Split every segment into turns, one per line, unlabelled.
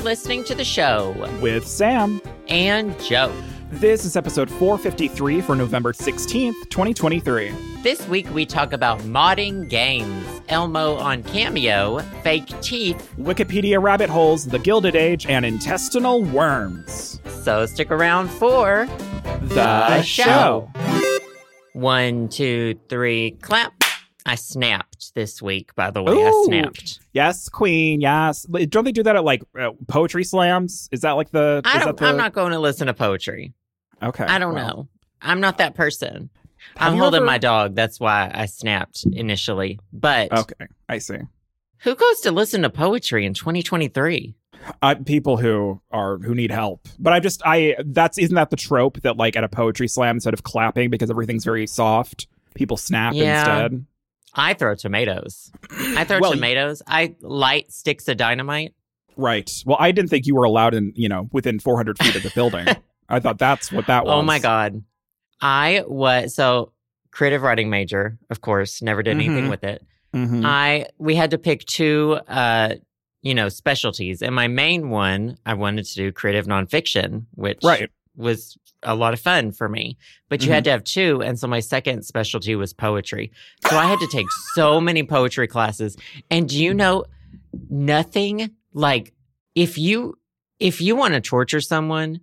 listening to the show
with Sam
and Joe.
This is episode 453 for November 16th, 2023.
This week we talk about modding games, Elmo on Cameo, fake teeth,
Wikipedia rabbit holes, the Gilded Age, and intestinal worms.
So stick around for
The,
One, two, three, clap. I snapped this week, by the way. I
Ooh.
snapped.
Yes, Queen. Yes. Like, Don't they do that at like uh, poetry slams? Is that like the?
I
is
don't,
that the...
I'm not going to listen to poetry.
Okay.
I don't
well.
know. I'm not that person.
Have
I'm
you
holding
ever-
my dog. That's why I snapped initially. But
Okay, I see.
who goes to listen to poetry in 2023?
Uh, people who are who need help, but I just I that's isn't that the trope that like at a poetry slam instead of clapping because everything's very soft, people snap
Yeah.
instead.
I throw tomatoes. I throw
Well, y-
tomatoes. I light sticks of dynamite.
Right. Well, I didn't think you were allowed in, you know, within 400 feet of the building. I thought that's what that was.
Oh my God. I was so creative writing major, of course, never did anything
Mhm.
with it.
Mhm.
I we had to pick two uh you know specialties and my main one I wanted to do creative nonfiction which
right.
was a lot of fun for me but you had to have two and so my second specialty was poetry so I had to take so many poetry classes and do you know nothing like if you if you want to torture someone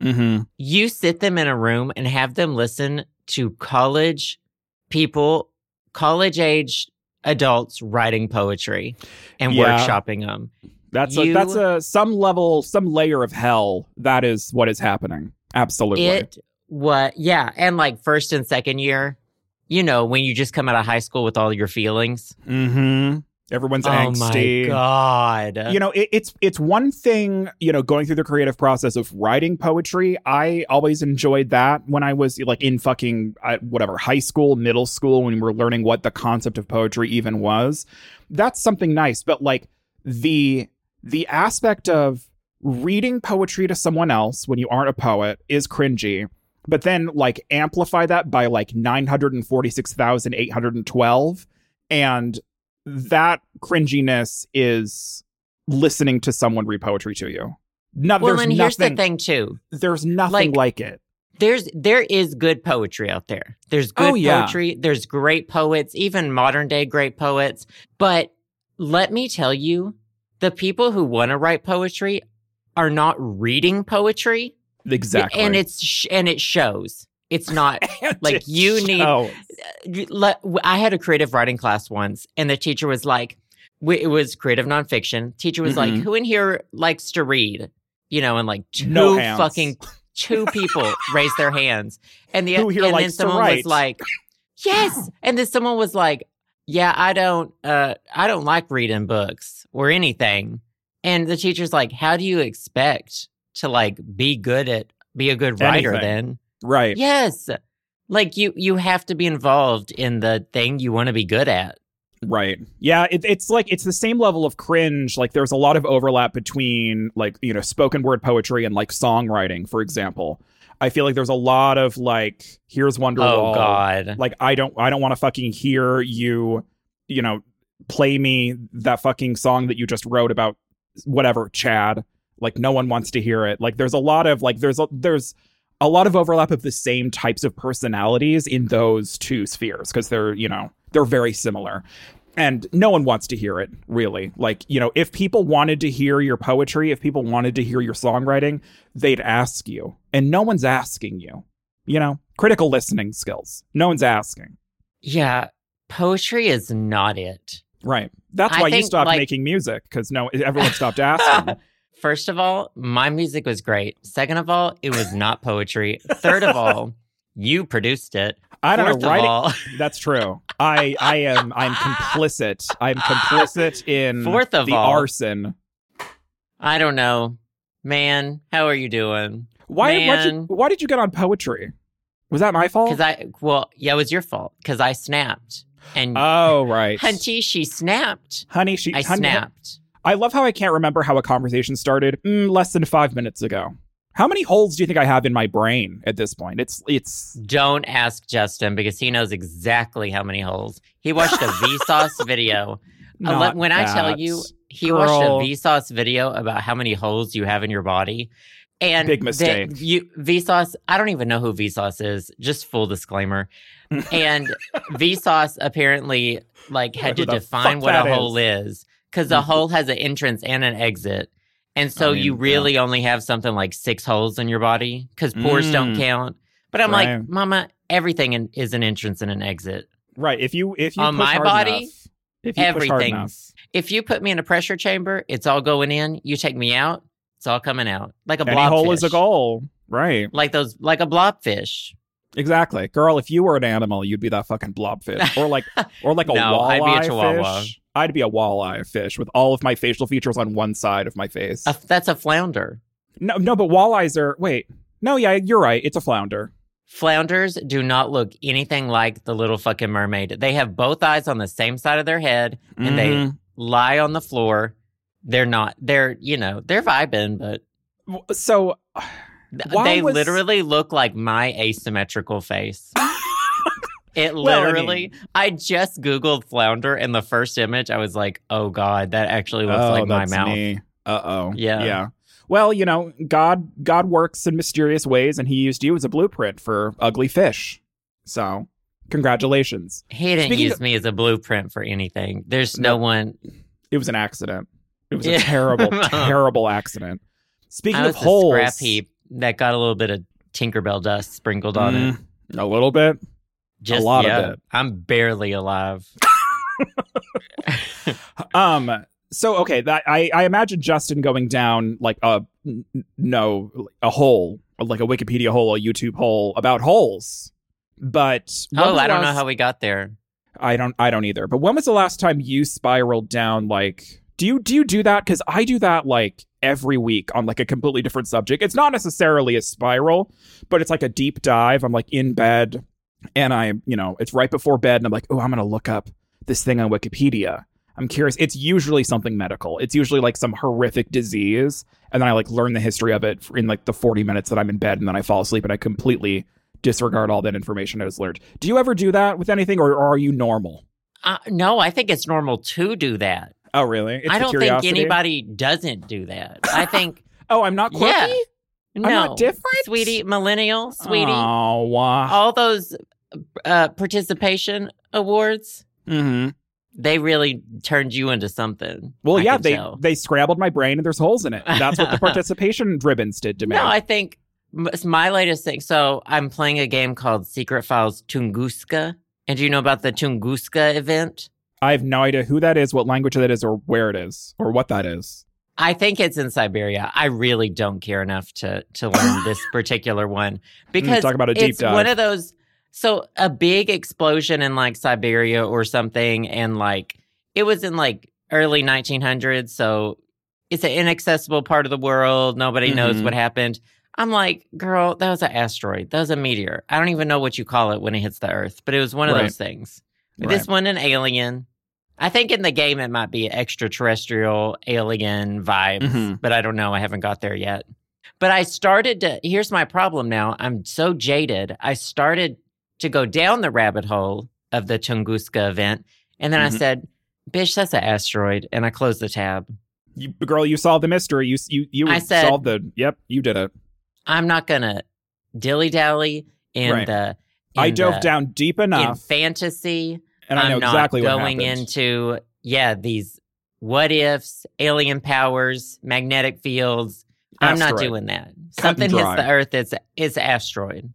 Mm-hmm.
you sit them in a room and have them listen to college people, college age adults writing poetry and
Yeah.
workshopping them.
That's a,
You-
that's a some level, some layer of hell. That is what is happening. Absolutely.
It what yeah, and like first and second year, you know, when you just come out of high school with all your feelings.
mm-hmm. Everyone's angsty.
Oh my god.
you know it, it's it's one thing you know going through the creative process of writing poetry i always enjoyed that when i was like in fucking uh, whatever high school middle school when we were learning what the concept of poetry even was that's something nice but like the the aspect of reading poetry to someone else when you aren't a poet is cringy but then like amplify that by like 946812 and that cringiness is listening to someone read poetry to you no,
well,
there's,
and here's the
nothing,
thing too.
there's nothing like, it
There's there is good poetry out there. There's good
Oh, yeah.
poetry. There's great poets, even modern day great poets. But let me tell you, the people who want to write poetry are not reading poetry,
exactly
and it's sh- and it shows. It's not like, you need-
oh
you- le- w- I had a creative writing class once, and the teacher was like, w- it was creative nonfiction. Teacher was like,
Mhm.
who in here likes to read? You know, and like two
No hands.
fucking two people raised their hands, and the
Who here
and then
likes to
someone was
write?
like, yes, and then someone was like, yeah, I don't, uh, I don't like reading books or anything, and the teacher's like, how do you expect to like be good at be a good writer
Anything.
then?
right
Yes. Like you you have to be involved in the thing you want to be good at.
Right. Yeah. It, it's like it's the same level of cringe. Like there's a lot of overlap between like you know spoken word poetry and like songwriting, for example. I feel like there's a lot of like here's Wonderwall.
Oh god.
Like I don't I don't want to fucking hear you you know play me that fucking song that you just wrote about whatever Chad. Like no one wants to hear it. Like there's a lot of like there's a, there's a lot of overlap of the same types of personalities in those two spheres because they're you know they're very similar and no one wants to hear it really like you know if people wanted to hear your poetry if people wanted to hear your songwriting they'd ask you and no one's asking you you know critical listening skills no one's asking
Yeah, poetry is not it.
right that's
I
why you
think,
stopped
like-
making music because no e, everyone stopped asking
First of all, my music was great. Second of all, it was not poetry. Third of all, you produced it.
i don't
Fourth
know
of
writing
all,
that's true i i am i'm complicit i'm complicit in
Fourth of
the
all-
arson
I don't know. Man, how are you doing?
Why? Why'd you,
Man.
why did you get on poetry? Was that my fault?
Cuz I well, yeah, it was your fault cuz I snapped. And
oh right,
Hunty, she snapped.
honey, she.
I
honey,
snapped.
I love how I can't remember how a conversation started mm, less than five minutes ago. How many holes do you think I have in my brain at this point? It's it's
Don't ask Justin because he knows exactly how many holes. He watched a Vsauce video I love-
Not
when I tell
that.
you, he
Girl.
watched a Vsauce video about how many holes you have in your body. And
Big
that
mistake.
you Vsauce, I don't even know who Vsauce is, just full disclaimer. and Vsauce apparently like had
Who
to
the
define
fuck
what a
that
hole is because a
Mhm.
hole has an entrance and an exit. And so
I mean,
you
yeah.
really only have something like six holes in your body because pores don't
Mm.
count. But I'm
Right.
like, Mama, everything in, is an entrance and an exit.
Right. If you if you
On
push
my
hard
body,
enough, if you push hard enough,
everything's- If you put me in a pressure chamber, it's all going in. You take me out, it's all coming out. Like a
any
blobfish.
hole is a goal. Right.
Like those like a blobfish.
Exactly. Girl, if you were an animal, you'd be that fucking blobfish. Or like or like a
No, I'd
walleye
be a chihuahua.
fish. I'd be a walleye fish with all of my facial features on one side of my face.
A, that's a flounder.
no no, but walleyes are wait. No, yeah, you're right. It's a flounder.
Flounders do not look anything like the little fucking mermaid. They have both eyes on the same side of their head and they
Mhm.
lie on the floor. They're not they're, you know, they're vibing, but
W- so
th-
Why
they
was-
literally look like my asymmetrical face. It
Well, I
literally, I, just Googled flounder, and the first image, I was like, oh God, that actually looks
oh,
like my
that's
mouth.
me. Uh oh.
Yeah.
Yeah. Well, you know, God God works in mysterious ways and he used you as a blueprint for ugly fish. So congratulations.
He didn't
Speaking
use me as a blueprint for anything. There's no,
No.
one.
It was an accident. It was
Yeah.
a terrible, terrible accident. Speaking
I
of
was a
holes,
scrap heap that got a little bit of Tinkerbell dust sprinkled on it.
Mm, a little bit.
Just
lot of
yeah,
it.
I'm barely alive.
Um. So okay, that I I imagine Justin going down like a n- n- no a hole like a Wikipedia hole, a YouTube hole about holes. But when
oh,
was
I
the
don't know
last-
how we got there.
I don't I don't either. But when was the last time you spiraled down like do you do you do that cuz I do that like every week on like a completely different subject. It's not necessarily a spiral, but it's like a deep dive. I'm like in bed and I, you know, it's right before bed and I'm like, "Oh, I'm going to look up this thing on Wikipedia." I'm curious. It's usually something medical. It's usually like some horrific disease and then I like learn the history of it in like the 40 minutes that I'm in bed and then I fall asleep and I completely disregard all that information I was learned. Do you ever do that with anything or are you normal?
Uh, no, I think it's normal to do that.
Oh, really? It's
I
the
don't
curiosity?
think anybody doesn't do that. I think,
Oh, I'm not quirky.
Yeah. no.
I'm not different,
Sweetie, millennial, sweetie,
Oh, wow.
all those uh, participation awards,
Mm-hmm.
they really turned you into something.
Well,
I
yeah,
can
they
tell.
they scrambled my brain and there's holes in it. That's what the participation ribbons did to me.
No, I think m- my latest thing. So I'm playing a game called Secret Files Tunguska. And do you know about the Tunguska event?
I have no idea who that is, what language that is, or where it is, or what that is.
I think it's in Siberia. I really don't care enough to to learn this particular one
Mm,
because
talk about a deep
it's
dive.
one of those. So a big explosion in like Siberia or something, and like it was in like early 1900s. So it's an inaccessible part of the world. Nobody knows
Mhm.
what happened. I'm like, girl, that was an asteroid. That was a meteor. I don't even know what you call it when it hits the Earth, but it was one of
Right.
those things. This one, an alien. I think in the game it might be extraterrestrial alien vibes,
Mhm.
but I don't know. I haven't got there yet. But I started to. Here's my problem now. I'm so jaded. I started to go down the rabbit hole of the Tunguska event, and then
Mhm.
I said, "Bitch, that's an asteroid," and I closed the tab.
You, girl, you solved the mystery. You you you
I said-
solved the. Yep, you did it.
I'm not gonna dilly dally in
Right.
the.
I
in
dove
the-
down deep
in
enough,
fantasy.
and I know
am not
exactly what
going
happened.
into yeah these what ifs, alien powers, magnetic fields. I'm not
Asteroid.
doing that.
Cut and
Something hits
dry.
the Earth. It's it's asteroid.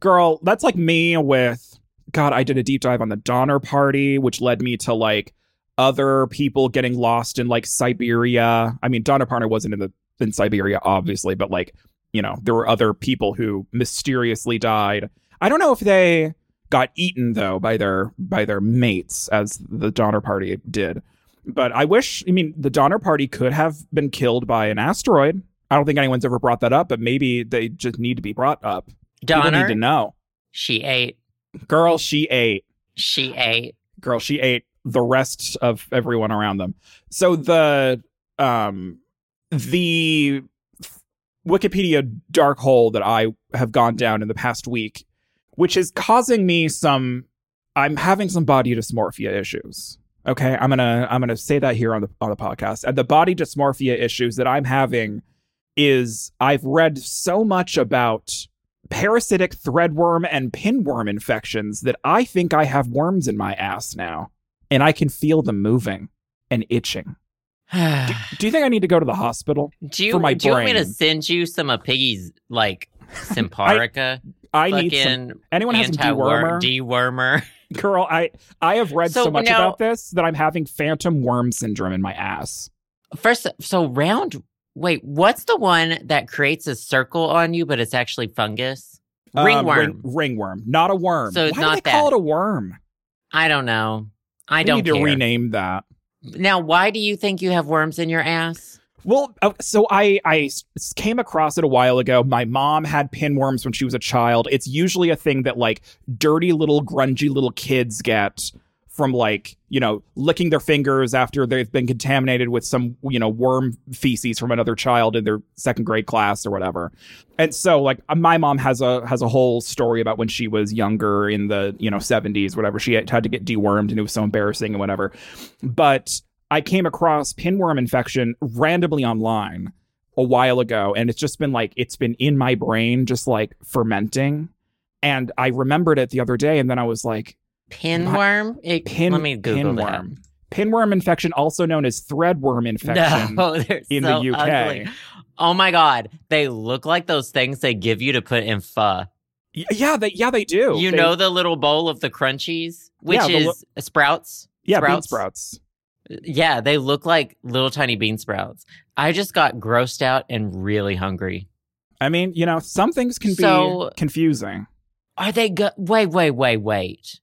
girl that's like me with god i did a deep dive on the donner party which led me to like other people getting lost in like siberia i mean donner party wasn't in the in siberia obviously but like you know there were other people who mysteriously died i don't know if they got eaten though by their by their mates as the donner party did but i wish i mean the donner party could have been killed by an asteroid i don't think anyone's ever brought that up but maybe they just need to be brought up People need
Donner,
to know.
she ate.
Girl, she ate.
She ate.
Girl, she ate the rest of everyone around them. So the um the Wikipedia dark hole that I have gone down in the past week, which is causing me some I'm having some body dysmorphia issues. Okay, I'm gonna I'm gonna say that here on the on the podcast. And the body dysmorphia issues that I'm having is I've read so much about parasitic threadworm and pinworm infections that I think I have worms in my ass now, and I can feel them moving and itching. Do, do you think I need to go to the hospital?
do you,
for my
do you want me to
brain.
send you some of Piggy's like Simparica?
I need some,
fucking
anyone has a
anti-worm
dewormer.
dewormer.
Girl, I I have read so,
So
much
now-
about this that I'm having phantom worm syndrome in my ass.
First, so round. Wait, what's the one that creates a circle on you, but it's actually fungus?
Um,
Ringworm.
ring- ringworm, not a worm.
So it's
Why
not
do they call it
that.
a worm?
I don't know. I
We
don't
need to
care.
rename that.
Now, why do you think you have worms in your ass?
Well, uh, so I I s- came across it a while ago. My mom had pinworms when she was a child. It's usually a thing that like dirty little grungy little kids get from like, you know, licking their fingers after they've been contaminated with some, you know, worm feces from another child in their second grade class or whatever. And so like uh, my mom has a has a whole story about when she was younger in the, you know, 70s whatever. She had had to get dewormed and it was so embarrassing and whatever. But I came across pinworm infection randomly online a while ago, and it's just been like it's been in my brain, just like fermenting. And I remembered it the other day, and then I was like,
Pinworm? It,
pin,
Let me Google that.
pinworm. Pinworm infection, also known as threadworm infection
No, they're
in
so
the UK.
ugly. Oh my god, they look like those things they give you to put in pho.
Y- Yeah, they yeah they do.
You
They-
know the little bowl of the crunchies, which
Yeah, the
is sprouts.
yeah, bean
sprouts?
sprouts.
Yeah, they look like little tiny bean sprouts. I just got grossed out and really hungry.
I mean, you know, some things can
So-
be confusing.
Are they go- wait, wait, wait, wait.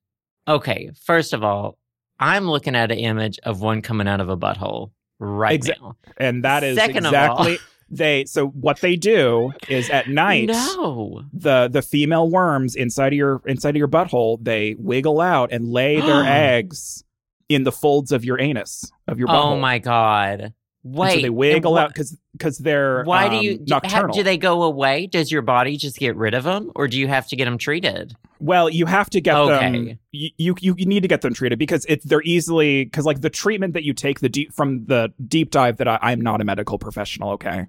Okay, first of all, I'm looking at an image of one coming out of a butthole right
Exa-
now.
And that is
Second of all-
exactly they so what they do is at night
No.
the the female worms inside of your inside of your butthole they wiggle out and lay their eggs in the folds of your anus of your butthole.
Oh my god.
And
Wait.
so they
and
wiggle
wha-
out because because they're
Why do
um,
you do, ha,
nocturnal.
do they go away? Does your body just get rid of them or do you have to get them treated?
Well, you have to get them.
Okay.
You, you you need to get them treated because it's they're easily because like the treatment that you take the deep from the deep dive that I, I'm not a medical professional, okay,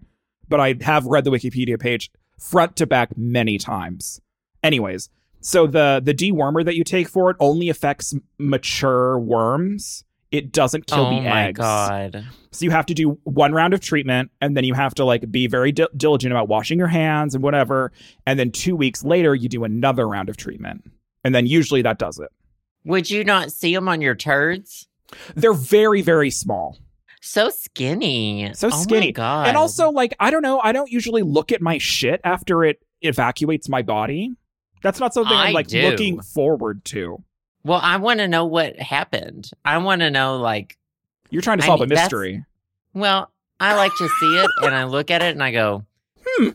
but I have read the Wikipedia page front to back many times. Anyways, so the the dewormer that you take for it only affects m- mature worms. It doesn't kill
oh
the
my
eggs.
god.
So you have to do one round of treatment, and then you have to like be very dil- diligent about washing your hands and whatever. And then two weeks later, you do another round of treatment, and then usually that does it.
Would you not see them on your turds?
They're very very small,
So skinny.
So
Oh my
skinny.
god.
and also like I don't know, I don't usually look at my shit after it evacuates my body. That's not something
I
I'm like
do.
looking forward to.
Well, I want to know what happened. I want to know like,
You're trying to
I
solve
mean,
a
that's-
mystery.
well, I like to see it and I look at it and I go,
Hmm.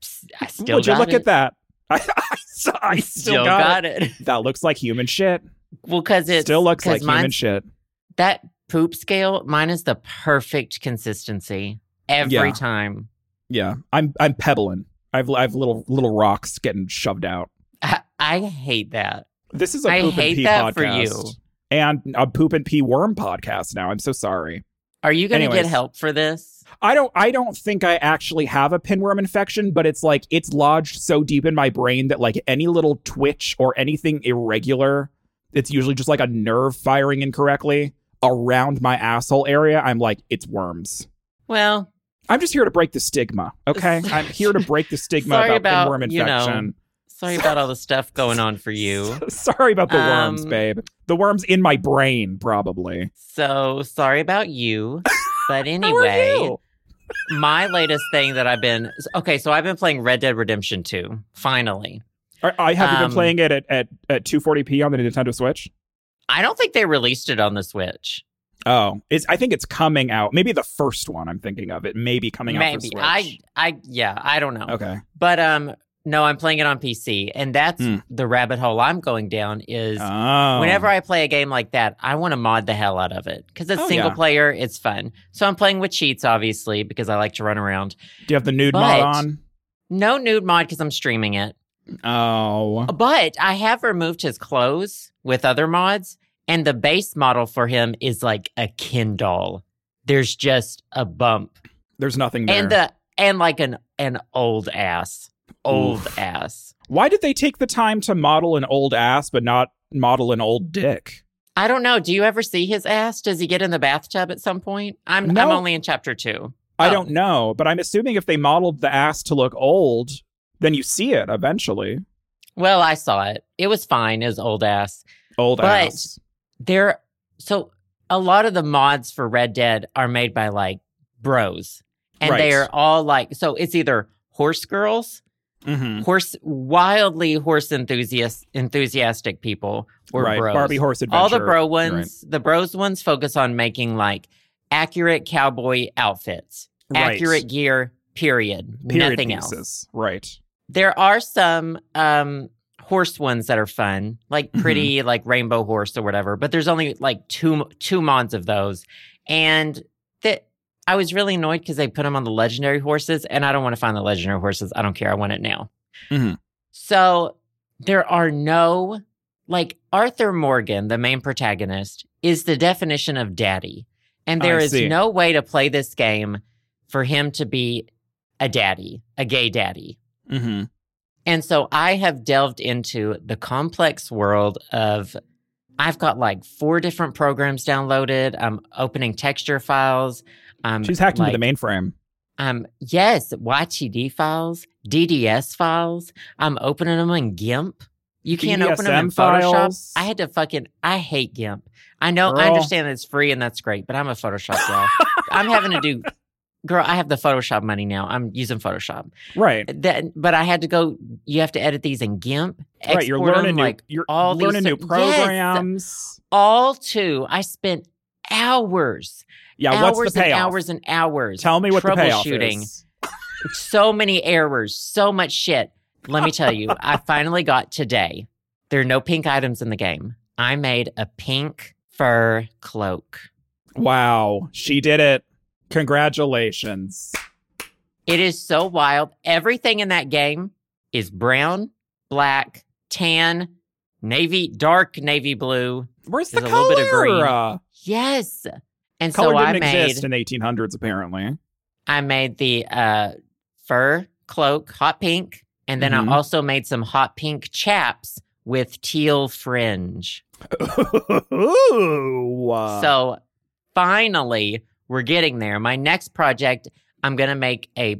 "Psst, I still
Would you
got
look
it.
at that? I, I, still- I still, got, it.
it.
That looks like human shit.
Well, cuz it
still looks like human
mine,
shit.
that poop scale mine is the perfect consistency every
Yeah.
time.
Yeah, I'm I'm pebbling. I've I've little little rocks getting shoved out.
I, I hate that.
This is a
I
poop
hate
and pee
that
podcast
for you.
and a poop and pee worm podcast. Now I'm so sorry.
Are you going to get
Anyways.
help for this?
I don't I don't think I actually have a pinworm infection, but it's like it's lodged so deep in my brain that like any little twitch or anything irregular, it's usually just like a nerve firing incorrectly around my asshole area. I'm like it's worms.
Well,
I'm just here to break the stigma. Okay, I'm here to break the stigma
Sorry about,
about, pinworm
you know,
infection.
sorry about all the stuff going on for you.
Sorry about the worms,
Um,
babe. The worms in my brain, probably.
So sorry about you. But
How are
anyway,
you?
my latest thing that I've been okay, so I've been playing Red Dead Redemption 2, finally.
I, I have you
um,
been playing it at, at, at 240p on the Nintendo Switch.
I don't think they released it on the Switch.
Oh, it's, I think it's coming out. Maybe the first one I'm thinking of. It may be coming out for
Maybe.
Switch.
I I yeah, I don't know.
okay.
But um no, I'm playing it on PC and that's
Hmm.
the rabbit hole I'm going down is
Oh.
Whenever I play a game like that, I want to mod the hell out of it because it's
Oh,
single
yeah.
player, it's fun. So I'm playing with cheats, obviously, because I like to run around.
Do you have the nude
But-
mod on?
No nude mod because I'm streaming it.
Oh.
But I have removed his clothes with other mods And the base model for him is like a Kindle. There's just a bump
There's nothing there.
and uh, the and like an an old ass, old
Oof.
ass.
Why did they take the time to model an old ass but not model an old dick?
I don't know. Do you ever see his ass? Does he get in the bathtub at some point? I'm I'm
No.
only in chapter two.
I
Oh.
don't know, but I'm assuming if they modeled the ass to look old, then you see it eventually.
Well, I saw it. It was fine. His old ass.
Old
But-
ass.
there so a lot of the mods for Red Dead are made by like bros. And
Right.
they are all like so it's either horse girls,
Mm-hmm.
horse wildly horse enthusiast enthusiastic people or
right.
bros.
Barbie horse adventure.
all the bro ones,
Right.
the bros ones focus on making like accurate cowboy outfits,
Right.
accurate gear, period.
Period
Nothing
pieces.
else.
Right.
There are some um horse ones that are fun, like
Mm-hmm.
pretty like rainbow horse or whatever, but there's only like two two mons of those. And that I was really annoyed cuz they put them on the legendary horses and I don't want to find the legendary horses. I don't care. I want it now.
Mhm.
So there are no like Arthur Morgan, the main protagonist, is the definition of daddy. And there
Oh, I
is
see.
no way to play this game for him to be a daddy, a gay daddy. Mm,
Mm-hmm.
And so I have delved into the complex world of I've got like four different programs downloaded. I'm opening texture files. I'm
She's hacked
like,
into the mainframe.
Um, yes, YTD files, DDS files. I'm opening them in GIMP. You can't open them in
BDSM
Photoshop.
files.
I had to fucking I hate GIMP. I know I
Girl.
understand it's free and that's great, but I'm a Photoshop girl. I'm having to do girl, I have the Photoshop money now. I'm using Photoshop
Right.
that but I had to go you have to edit these in GIMP.
Right. You're
export 'em,
learning
like
new, you're
all these
learning new
things- Yes.
programs.
all two. I spent hours,
Yeah,
hours
what's the payoff?
and hours and hours.
Tell me what the payoff
troubleshooting.
is.
so many errors, so much shit. Let me tell you, I finally got today. There are no pink items in the game. I made a pink fur cloak.
Wow, she did it. Congratulations.
It is so wild. Everything in that game is brown, black, tan, navy, dark navy blue.
Where's
There's a
the
little
color?
bit of green.
Uh,
Yes. And
color
so I
didn't
made
exist in 1800s, apparently.
I made the uh, fur cloak hot pink, and then
Mhm.
I also made some hot pink chaps with teal fringe.
Ooh. uh,
so finally, we're getting there. My next project, I'm gonna make a.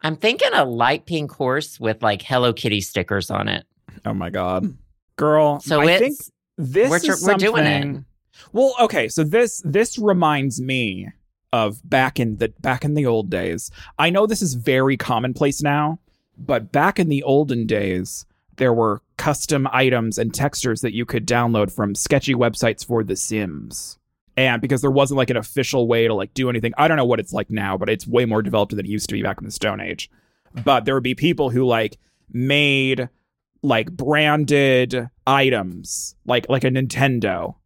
I'm thinking a light pink horse with like Hello Kitty stickers on it.
oh my god, girl.
So
I
it's
think this
we're
is
tr- we're doing it.
something- Well, okay. So this this reminds me of back in the back in the old days. I know this is very commonplace now, but back in the olden days, there were custom items and textures that you could download from sketchy websites for The Sims. And because there wasn't like an official way to like do anything, I don't know what it's like now, but it's way more developed than it used to be back in the Stone Age. But there would be people who like made like branded items, like like a Nintendo,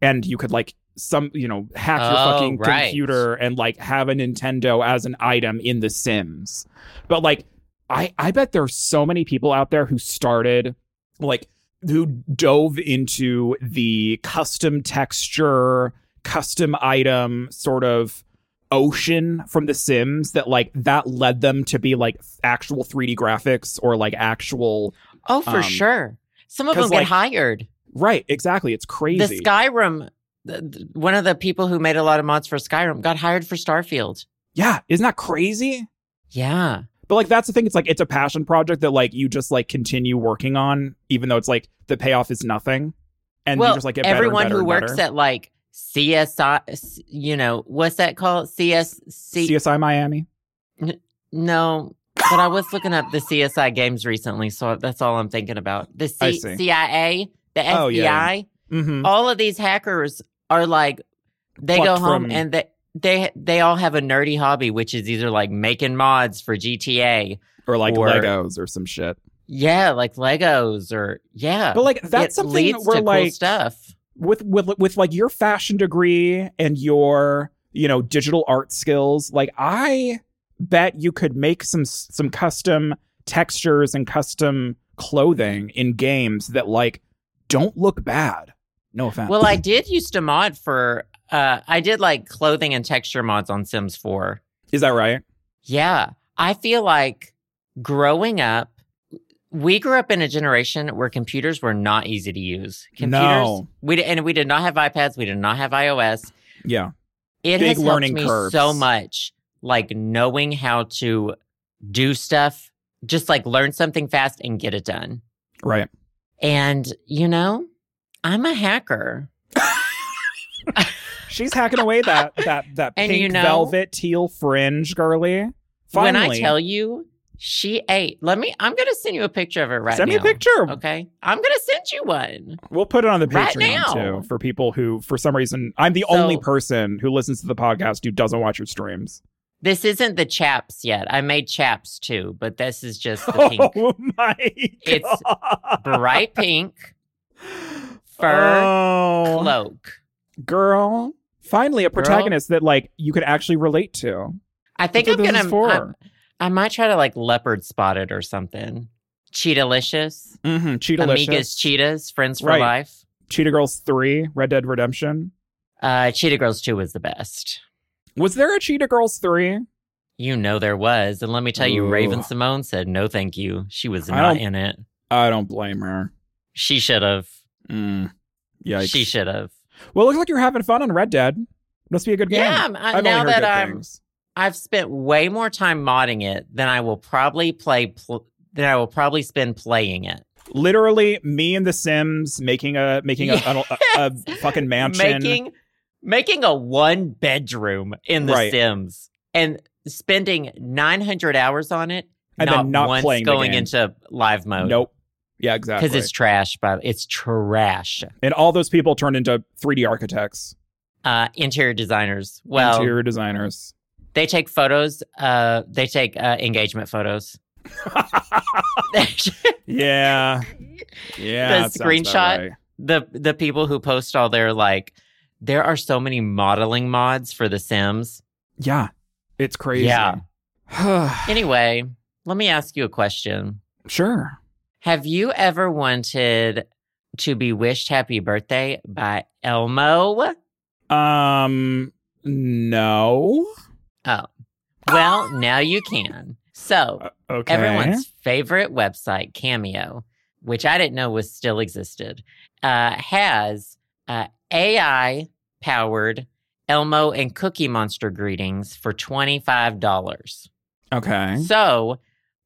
and you could like some you know hack your
Oh,
fucking
right.
computer and like have a Nintendo as an item in The Sims. But like I I bet there's so many people out there who started like who dove into the custom texture, custom item sort of ocean from the Sims that like that led them to be like actual 3D graphics or like actual
Oh, for
Um,
sure. Some of
'cause,
them get
like,
hired.
Right, exactly. It's
The
crazy.
Skyrim, th- th- one of the people who made a lot of mods for Skyrim got hired for Starfield.
yeah, isn't that crazy?
Yeah.
But like that's the thing. It's like it's a passion project that like you just like continue working on, even though it's like the payoff is nothing, and
well,
you just like get better and
everyone
better
who
and
works
better.
at like CSI, you know, what's that called? CS,
CSI Miami.
no, but I was looking up the CSI games recently, so that's all I'm thinking about. The
I
C-
see.
CIA, the FBI,
Oh, yeah, Mm-hmm.
all of these hackers are like, they
Plucked
go home
from-
and they. They they all have a nerdy hobby, which is either like making mods for GTA,
or like
Or-
Legos or some shit.
yeah, like Legos or yeah.
But like
it
that's something
leads
where
to
like
cool stuff.
with with with like your fashion degree and your you know digital art skills, like I bet you could make some some custom textures and custom clothing in games that like don't look bad. No offense.
Well, I did used to mod for uh I did like clothing and texture mods on Sims 4.
Is that right?
Yeah. I feel like growing up we grew up in a generation where computers were not easy to use. Computers
No.
we di- and we did not have iPads, we did not have iOS.
Yeah.
It
Big
has
learning
helped me
curves.
so much like knowing how to do stuff, just like learn something fast and get it done.
Right.
And you know, I'm a hacker.
She's hacking away that that that
And
pink
you know-
velvet teal fringe, girly. Finally,
When I tell you, she ate. Let me. I'm gonna send you a picture of her right
send
now.
me a picture.
Okay, I'm gonna send you one.
We'll put it on the
Right
Patreon
now.
too for people who, for some reason, I'm the
So-
only person who listens to the podcast who doesn't watch your streams.
This isn't the chaps yet. I made chaps too, but this is just the pink,
Oh my!
It's
God.
bright pink fur
Oh,
cloak.
girl. Finally, a
Girl.
protagonist that like you could actually relate to.
I think
That's
I'm
what this
gonna.
is for.
I'm- I might try to like leopard spot it or something. Cheetalicious,
Mm-hmm.
Amigas,
Cheetah
cheetahs, friends for
Right.
life.
Cheetah Girls Three, Red Dead Redemption.
Uh, Cheetah Girls Two was the best.
Was there a Cheetah Girls Three?
You know there was, and let me tell you,
Ooh.
Raven Simone said no, thank you. She was
I
not
don't-
in it.
I don't blame her.
She should have.
Mm. Yikes.
She should have.
Well, it looks like you're having fun on Red Dead. Must be a good game.
Yeah, I'm- I-
I've only
now
heard
that
good
I'm-
things.
I've spent way more time modding it than I will probably play pl- than I will probably spend playing it.
literally me and The Sims making a making a- a, a, a fucking mansion.
Making making a one bedroom in the
Right.
Sims and spending 900 hours on it
And then not
once
playing the
going
game.
into live mode.
nope. Yeah, exactly.
Cuz it's trash, but it's trash.
and all those people turned into 3D architects,
Uh interior designers. Well,
interior designers.
They take photos. Uh, they take uh, engagement photos.
Yeah, yeah.
The
it sounds that
screenshot?
way.
the the people who post all their like, there are so many modeling mods for The Sims.
Yeah, it's crazy.
Yeah.
Yeah,
Anyway, let me ask you a question.
sure.
Have you ever wanted to be wished happy birthday by Elmo?
Um, no.
Well, now you can. So,
Uh, Okay.
everyone's favorite website, Cameo, which I didn't know was still existed, uh, has uh, AI powered Elmo and Cookie Monster greetings for twenty five dollars.
Okay.
So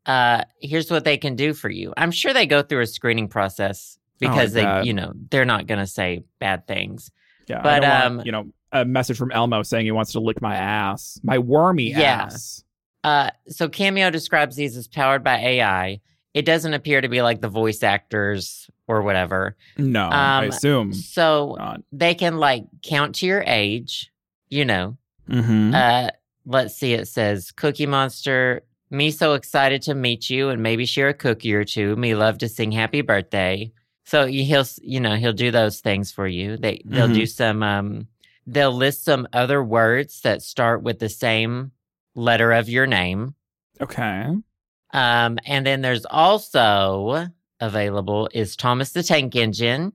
uh, here's what they can do for you. I'm sure they go through a screening process
Oh, I
because
bet.
they, you know, they're not going to say bad things.
Yeah. I
But,
don't want,
um,
you know, a message from Elmo saying he wants to lick my ass, my wormy
Yeah.
ass.
Uh, so Cameo describes these as powered by AI. It doesn't appear to be like the voice actors or whatever.
No, I
Um,
assume
So
not.
they can like count to your age, you know.
Mm-hmm.
Uh let's see, it says Cookie Monster, me so excited to meet you and maybe share a cookie or two. Me love to sing happy birthday. So you- he'll s- you know, he'll do those things for you. They they'll do some um they'll list some other words that start with the same letter of your name.
okay.
Um and then there's also available is Thomas the Tank Engine.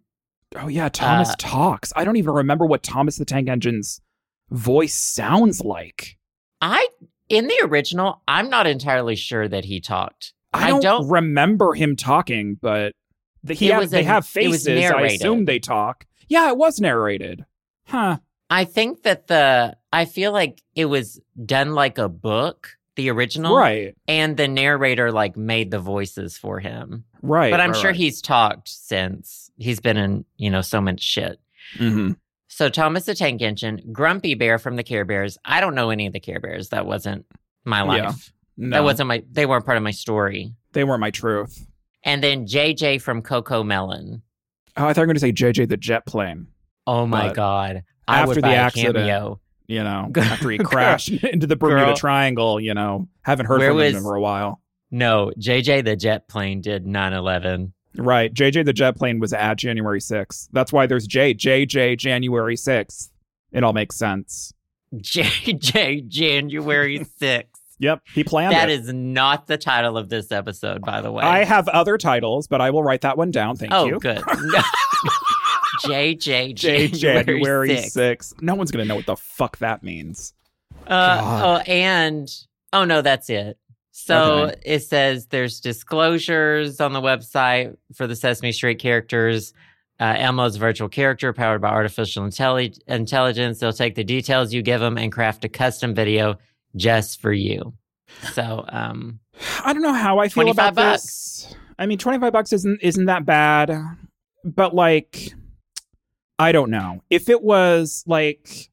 Oh yeah, Thomas
Uh,
talks. I don't even remember what Thomas the Tank Engine's voice sounds like.
I in the original, I'm not entirely sure that he talked.
I
I
don't,
don't-
remember him talking, but the, he
It
have,
was
they
a-
have
it was
faces. I
narrated.
assume they talk. Yeah, it was narrated. Huh.
I think that the I feel like it was done like a book, the original,
Right.
and the narrator like made the voices for him.
Right.
but I'm sure he's talked since. He's been in, you know, so much shit.
hmm
So Thomas the Tank Engine, Grumpy Bear from the Care Bears. I don't know any of the Care Bears. That wasn't my life.
Yeah. No,
That wasn't my they weren't part of my story.
they weren't my truth.
And then JJ from Coco Melon.
Oh, I thought you were going to say JJ the jet plane.
Oh my
But
god. I
after
would
the
buy a
accident,
cameo.
You know,
Girl-
after he crashed into the Bermuda
Girl.
Triangle. You know, haven't heard
Where
from him
was-
for a while.
No, JJ the jet plane did 9/11.
Right. JJ the jet plane was at January 6th. That's why there's J. JJ January 6th. It all makes sense.
JJ January 6th.
Yep. He planned
That
it.
is not the title of this episode, by the way.
I have other titles, but I will write that one down. Thank
oh,
you.
good. No. JJ
J January
sixth.
sixth. No one's gonna know what the fuck that means.
Uh, oh, and oh no, that's it. So it says there's disclosures on the website for the Sesame Street characters. Uh, Elmo's virtual character, powered by artificial intelli- intelligence, they'll take the details you give them and craft a custom video just for you. So, um,
I don't know how I feel
25
about
bucks.
this. I mean, twenty five bucks isn't isn't that bad, but like, I don't know if it was like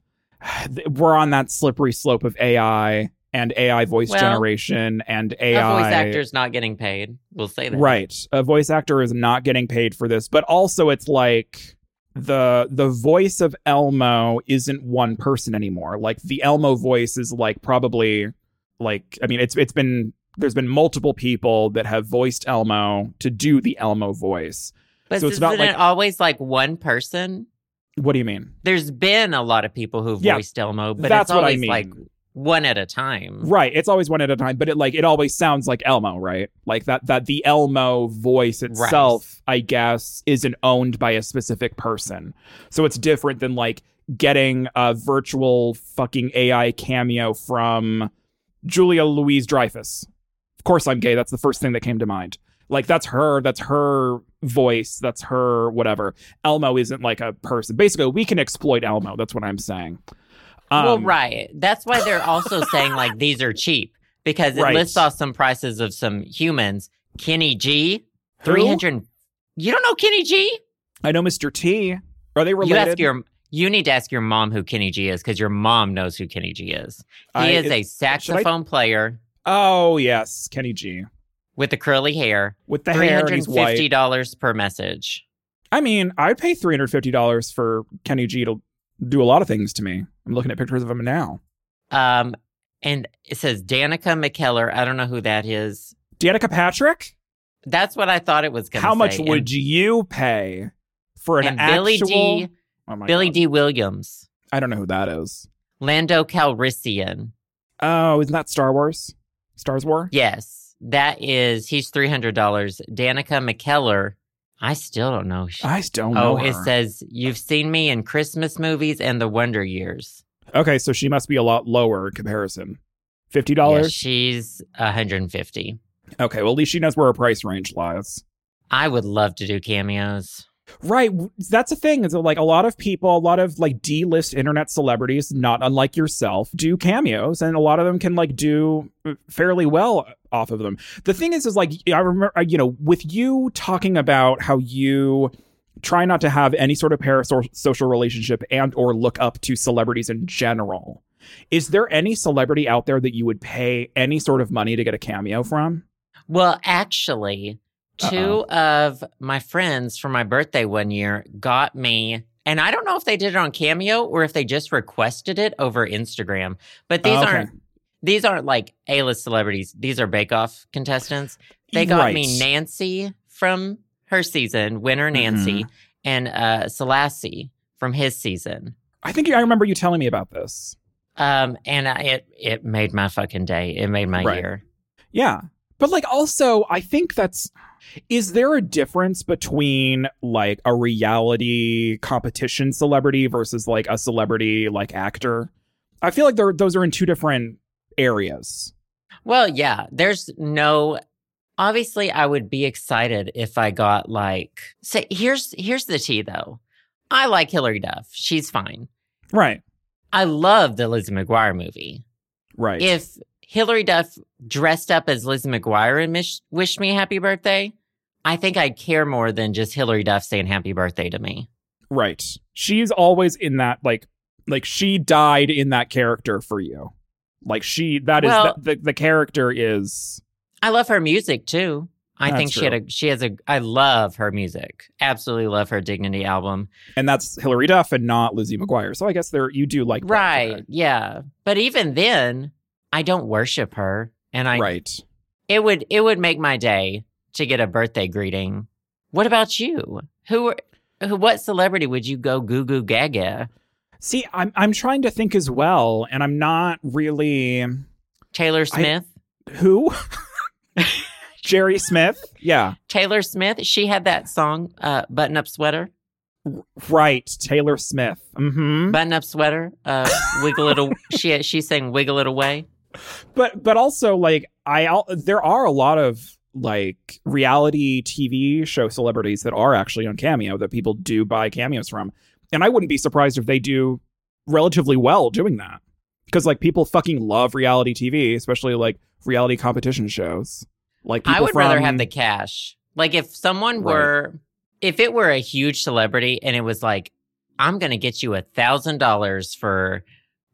th- we're on that slippery slope of AI and AI voice
Well,
generation and AI
a voice actor's not getting paid. We'll say that.
Right. A voice actor is not getting paid for this, but also it's like the the voice of Elmo isn't one person anymore. Like the Elmo voice is like probably like I mean it's it's been there's been multiple people that have voiced Elmo to do the Elmo voice.
But
So it's
isn't
not
it
like-
always like one person?
What do you mean?
There's been a lot of people who've
Yeah,
voiced Elmo, but it's
That's what
always
I mean.
like one at a time.
Right. It's always one at a time, but it like it always sounds like Elmo, right? Like that that the Elmo voice itself, I guess, isn't owned by a specific person. So it's different than like getting a virtual fucking AI cameo from Julia Louise Dreyfus. Of course I'm gay. That's the first thing that came to mind. Like that's her, that's her voice, that's her whatever. Elmo isn't like a person. Basically, we can exploit Elmo. That's what I'm saying.
well,
Um,
right. That's why they're also saying like these are cheap because it
Right.
lists off some prices of some humans. Kenny G,
who?
three hundred. You don't know Kenny G?
I know Mr. T. Are they related?
You ask your. You need to ask your mom who Kenny G is because your mom knows who Kenny G is. He
I-
is
it-
a saxophone player
Oh yes, Kenny G
with the curly hair.
with the
Three
hair and
hundred
he's
fifty
white.
dollars per message.
I mean, I'd pay three hundred fifty dollars for Kenny G to do a lot of things to me. I'm looking at pictures of him now.
Um, and it says Danica McKellar. I don't know who that is.
Danica Patrick,
That's what I thought it was going to
how much would you pay for
and
an
Billy
actual?
D.
oh my
Billy
God.
D. Williams,
I don't know who that is.
Lando Calrissian.
Oh, isn't that Star Wars? Stars War.
Yes, that is. He's three hundred dollars. Danica McKellar. I still don't know. She-
I don't know.
oh, it
her.
says you've seen me in Christmas movies and The Wonder Years.
okay, so she must be a lot lower in comparison. Fifty
Yeah,
dollars.
she's one hundred and fifty.
okay, well at least she knows where her price range lies.
I would love to do cameos.
Right. w- That's a thing. Is that, like a lot of people, a lot of like D list internet celebrities, not unlike yourself, do cameos, and a lot of them can like do uh, fairly well off of them. The thing is, is like I remember, uh, you know, with you talking about how you try not to have any sort of parasocial relationship and or look up to celebrities in general. Is there any celebrity out there that you would pay any sort of money to get a cameo from?
Well, actually, 2 of my friends for my birthday one year got me, and I don't know if they did it on Cameo or if they just requested it over Instagram. But these
Uh, Okay.
aren't these aren't like A list celebrities. These are Bake Off contestants. They got me
Right.
Nancy from her season, winner
Mm-hmm.
Nancy, and uh, Selassie from his season.
I think I remember you telling me about this.
Um, and I, it it made my fucking day. It made my
Right.
year.
Yeah. But like also, I think that's is there a difference between like a reality competition celebrity versus like a celebrity like actor? I feel like they're those are in two different areas.
Well, yeah, there's no obviously I would be excited if I got like say here's here's the tea though. I like Hillary Duff. She's fine.
Right.
I love the Lizzie McGuire movie.
Right.
If Hillary Duff dressed up as Lizzie McGuire and mish- wish me happy birthday, I think I'd care more than just Hillary Duff saying happy birthday to me.
right. She's always in that like like she died in that character for you. Like she that is
Well-
the, the the character is
I love her music too. I
That's
think she had a she has a I love her music. Absolutely love her Dignity album.
and that's Hillary Duff and not Lizzie McGuire. So I guess there you do like that,
right
okay.
yeah but even then i don't worship her and i
Right.
it would it would make my day to get a birthday greeting what about you who are- who what celebrity would you go goo goo gaga
See, I'm I'm trying to think as well, and I'm not really
taylor smith
who Jerry Smith. Yeah,
taylor smith she had that song uh button up sweater
Right, Taylor Smith. Mm-hmm.
Button up sweater, uh, wiggle it. A- she she sang "Wiggle It Away."
But but also like I al- there are a lot of like reality TV show celebrities that are actually on Cameo that people do buy cameos from, and I wouldn't be surprised if they do relatively well doing that because like people fucking love reality TV, especially like reality competition shows. Like
I
people
would rather
from-
have the cash. Like if someone
Right.
were, if it were a huge celebrity and it was like, I'm gonna get you a thousand dollars for,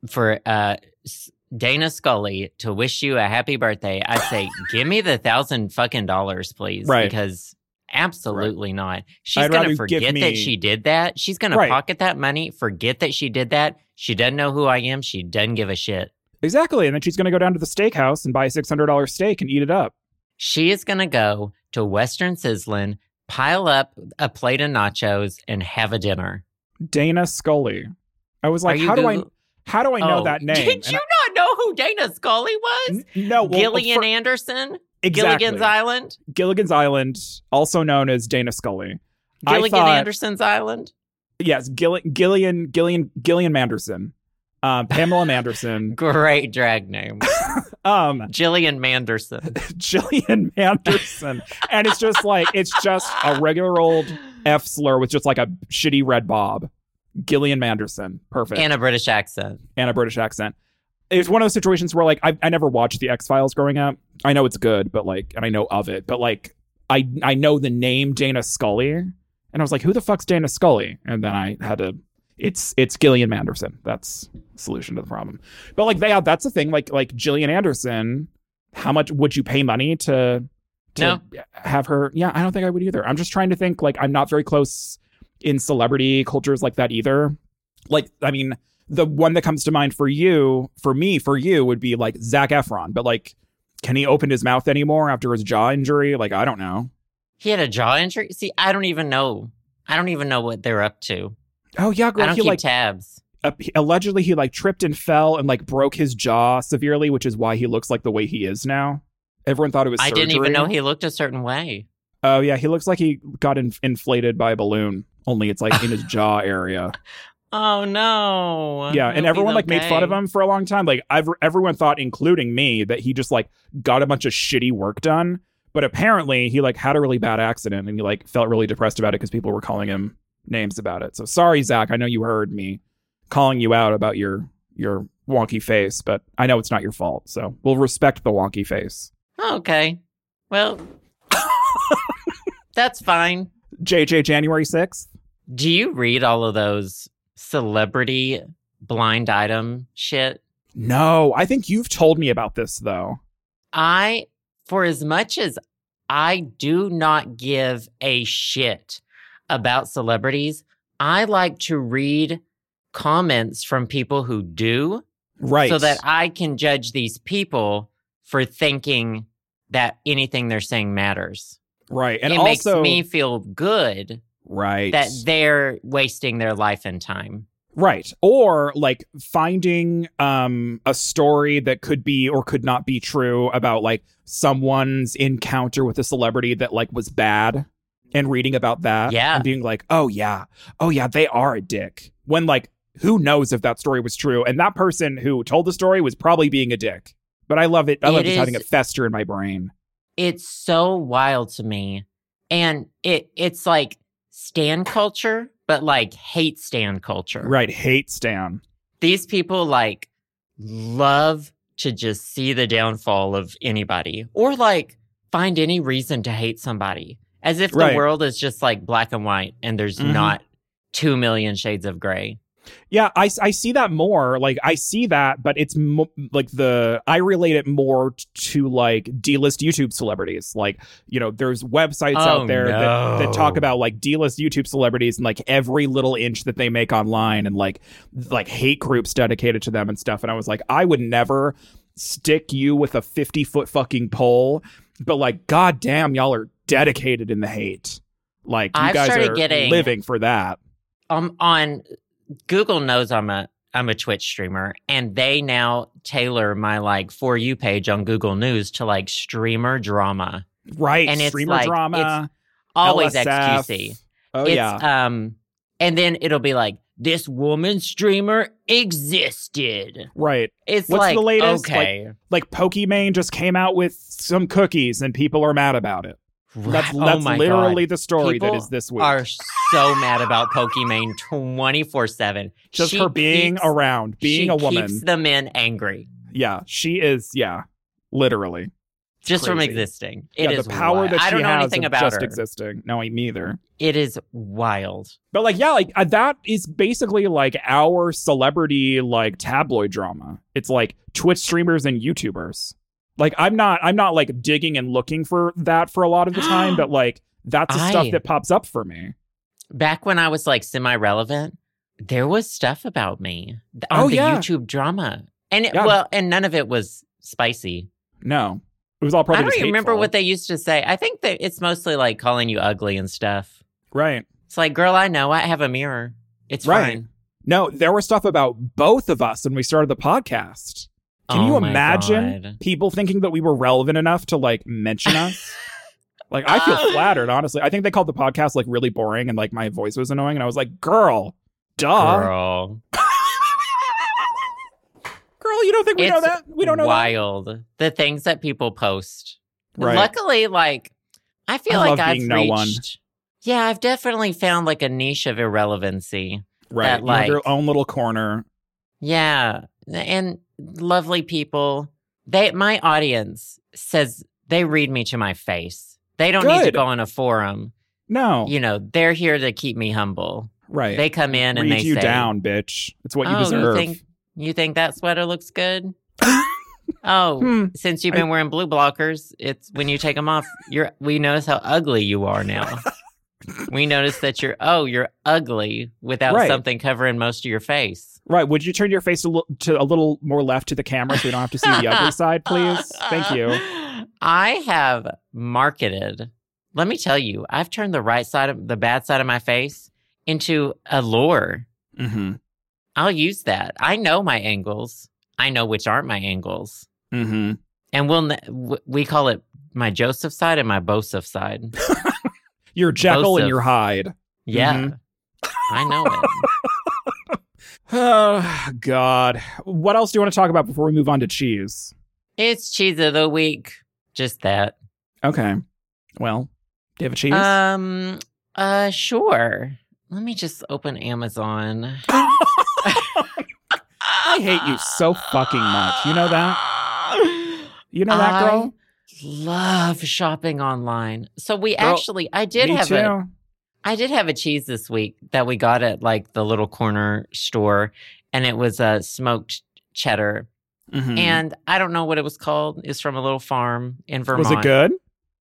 for uh, S- Dana Scully to wish you a happy birthday. I'd say, give me the thousand fucking dollars, please,
Right.
because absolutely not. She's
I'd rather
gonna
you give
forget
me-
that she did that. She's gonna
Right.
pocket that money, forget that she did that. She doesn't know who I am. She doesn't give a shit.
exactly, and then she's gonna go down to the steakhouse and buy a six hundred dollar steak and eat it up.
She is going to go to Western Sizzlin', pile up a plate of nachos, and have a dinner.
Dana Scully. I was like,
Are you
how do I
Googl-
how do I know
Oh,
that name?
Did
And
you not know who Dana Scully was?
N- No, well,
Gillian
for-
Anderson,
exactly.
Gilligan's Island,
Gilligan's Island, also known as Dana Scully. I
Gilligan
thought-
Anderson's Island.
Yes, Gill- Gillian, Gillian, Gillian Manderson, um, Pamela Manderson,
Great drag name,
um,
Gillian Manderson.
Gillian Manderson, and it's just like it's just a regular old F slur with just like a shitty red bob. Gillian Manderson, perfect, and,
and a British accent.
a British accent. It's one of those situations where like I, I never watched the X Files growing up. I know it's good, but like, and I know of it, but like, I I know the name Dana Scully, and I was like, who the fuck's Dana Scully? And then I had to. It's it's Gillian Manderson. That's the solution to the problem. But like they have that's the thing. Like like Gillian Anderson, how much would you pay money to to
No.
have her? Yeah, I don't think I would either. I'm just trying to think. Like I'm not very close in celebrity cultures like that either. Like I mean, the one that comes to mind for you, for me, for you would be like Zach Efron. But like, can he open his mouth anymore after his jaw injury? Like I don't know.
He had a jaw injury. See, I don't even know. I don't even know what they're up to.
Oh yeah,
I
girl.
don't
He
keep
like
tabs.
uh, he- allegedly he like tripped and fell and like broke his jaw severely, which is why he looks like the way he is now. Everyone thought it was.
I didn't even
surgery.
know he looked a certain way.
Oh yeah, he looks like he got in- inflated by a balloon. Only it's like in his jaw area.
Oh no. I
Yeah,
hope
and
he's
everyone like made fun of
okay.
him for a long time. Like I've everyone thought, including me, that he just like got a bunch of shitty work done. But apparently, he like had a really bad accident, and he like felt really depressed about it because people were calling him names about it. So sorry, Zach. I know you heard me calling you out about your your wonky face, but I know it's not your fault. So we'll respect the wonky face.
Okay. Well, that's fine.
JJ January sixth.
Do you read all of those celebrity blind item shit?
No, I think you've told me about this though.
I, for as much as I do not give a shit about celebrities, I like to read comments from people who do
Right.
so that I can judge these people for thinking that anything they're saying matters.
right, and
it makes
also
me feel good
right
that they're wasting their life and time.
Right. Or like finding um a story that could be or could not be true about like someone's encounter with a celebrity that like was bad and reading about that
Yeah.
and being like, "Oh yeah. Oh yeah, they are a dick." When like who knows if that story was true and that person who told the story was probably being a dick. But I love it. I love
It
just having
is-
it fester in my brain.
It's so wild to me. And it it's like stan culture, but like hate stan culture.
Right, hate Stan.
These people like love to just see the downfall of anybody or like find any reason to hate somebody. As if the
Right.
world is just like black and white and there's
Mhm.
not two million shades of gray.
Yeah, I, I see that more. Like I see that, but it's mo- like the I relate it more t- to like D-list YouTube celebrities. Like you know, there's websites
Oh,
out there that, that talk
no.
about like D-list YouTube celebrities and like every little inch that they make online and like like hate groups dedicated to them and stuff. And I was like, I would never stick you with a 50 foot fucking pole, but like, goddamn, y'all are dedicated in the hate. Like you
I've
guys
started
are
getting-
living for that.
um, on Google knows I'm a I'm a Twitch streamer, and they now tailor my like for you page on Google News to like streamer drama.
Right.
And it's
streamer
like-
drama.
it's Always
LSF.
XQC.
Oh
it's,
yeah,
Um, and then it'll be like this woman streamer existed.
Right.
It's
What's
like
the latest?
okay,
Like Pokimane just came out with some cookies and people are mad about it.
Right.
That's,
Oh
that's
my
literally the story that
People
is this
God.
week.
are so mad about Pokimane twenty four seven.
just for being around, being
she
a woman.
keeps the men angry
yeah, she is. Yeah, literally. It's
just from
crazy.
existing. It
Yeah,
is
the power
wild.
that she
I don't know
has
anything
of
about
just
her.
existing. No, I neither.
It is wild.
But like, yeah, like uh, that is basically like our celebrity like tabloid drama. It's like Twitch streamers and YouTubers. Like, I'm not, I'm not like digging and looking for that for a lot of the time, but like that's the
I-
stuff that pops up for me.
Back when I was like semi relevant, there was stuff about me th- on
Oh,
the
yeah.
YouTube drama, and it,
Yeah.
well, and none of it was spicy.
No, it was all probably.
I don't
just
even remember
hateful.
what they used to say. I think that it's mostly like calling you ugly and stuff.
Right.
It's like, girl, I know I have a mirror. It's
Right.
fine.
No, there was stuff about both of us when we started the podcast. Can
Oh
you
my
imagine
God.
people thinking that we were relevant enough to like mention us? like, I
Uh.
feel flattered, honestly. I think they called the podcast like really boring and like my voice was annoying. And I was like, girl, duh. Girl,
Girl,
you don't think we know
It's
that? We don't know that.
wild the things that people post.
Right.
Luckily, like I feel like
I love
I've
being
reached.
no one.
Yeah, I've definitely found like a niche of irrelevancy.
Right.
that,
You have your
like-
own little corner.
Yeah, and lovely people. They my audience says they read me to my face. They don't need to
Good. Oh.
go on a forum.
No.
You know, they're here to keep me humble.
right.
They come in and
Read
they
you
say,
down, bitch. It's what you
oh,
deserve.
think you think that sweater looks good? oh,
Hmm.
since you've been wearing blue blockers, it's when you take them off, you're we notice how ugly you are now. we notice that you're oh, you're ugly without
Right.
something covering most of your face.
Right. Would you turn your face a, li- to a little more left to the camera so we don't have to see the ugly side, please? Thank you.
I have marketed. Let me tell you, I've turned the right side of the bad side of my face into a lure.
Mm-hmm.
I'll use that. I know my angles. I know which aren't my angles.
Mm-hmm.
And we'll ne- w- we call it my Joseph side and my Boseph side.
Your Jekyll and
Joseph.
your Hyde.
Yeah.
Mm-hmm.
I know it.
Oh God. What else do you want to talk about before we move on to cheese?
It's cheese of the week. Just that.
Okay. Well, do you have a cheese?
Um uh sure. Let me just open Amazon. I
hate you so fucking much. You know
that?
you know that girl?
Love shopping online. So we
Girl,
actually I did
Me
have
too.
a I did have a cheese this week that we got at like the little corner store, and it was a smoked cheddar.
Mhm.
And I don't know what it was called. It's from a little farm in Vermont.
was it good?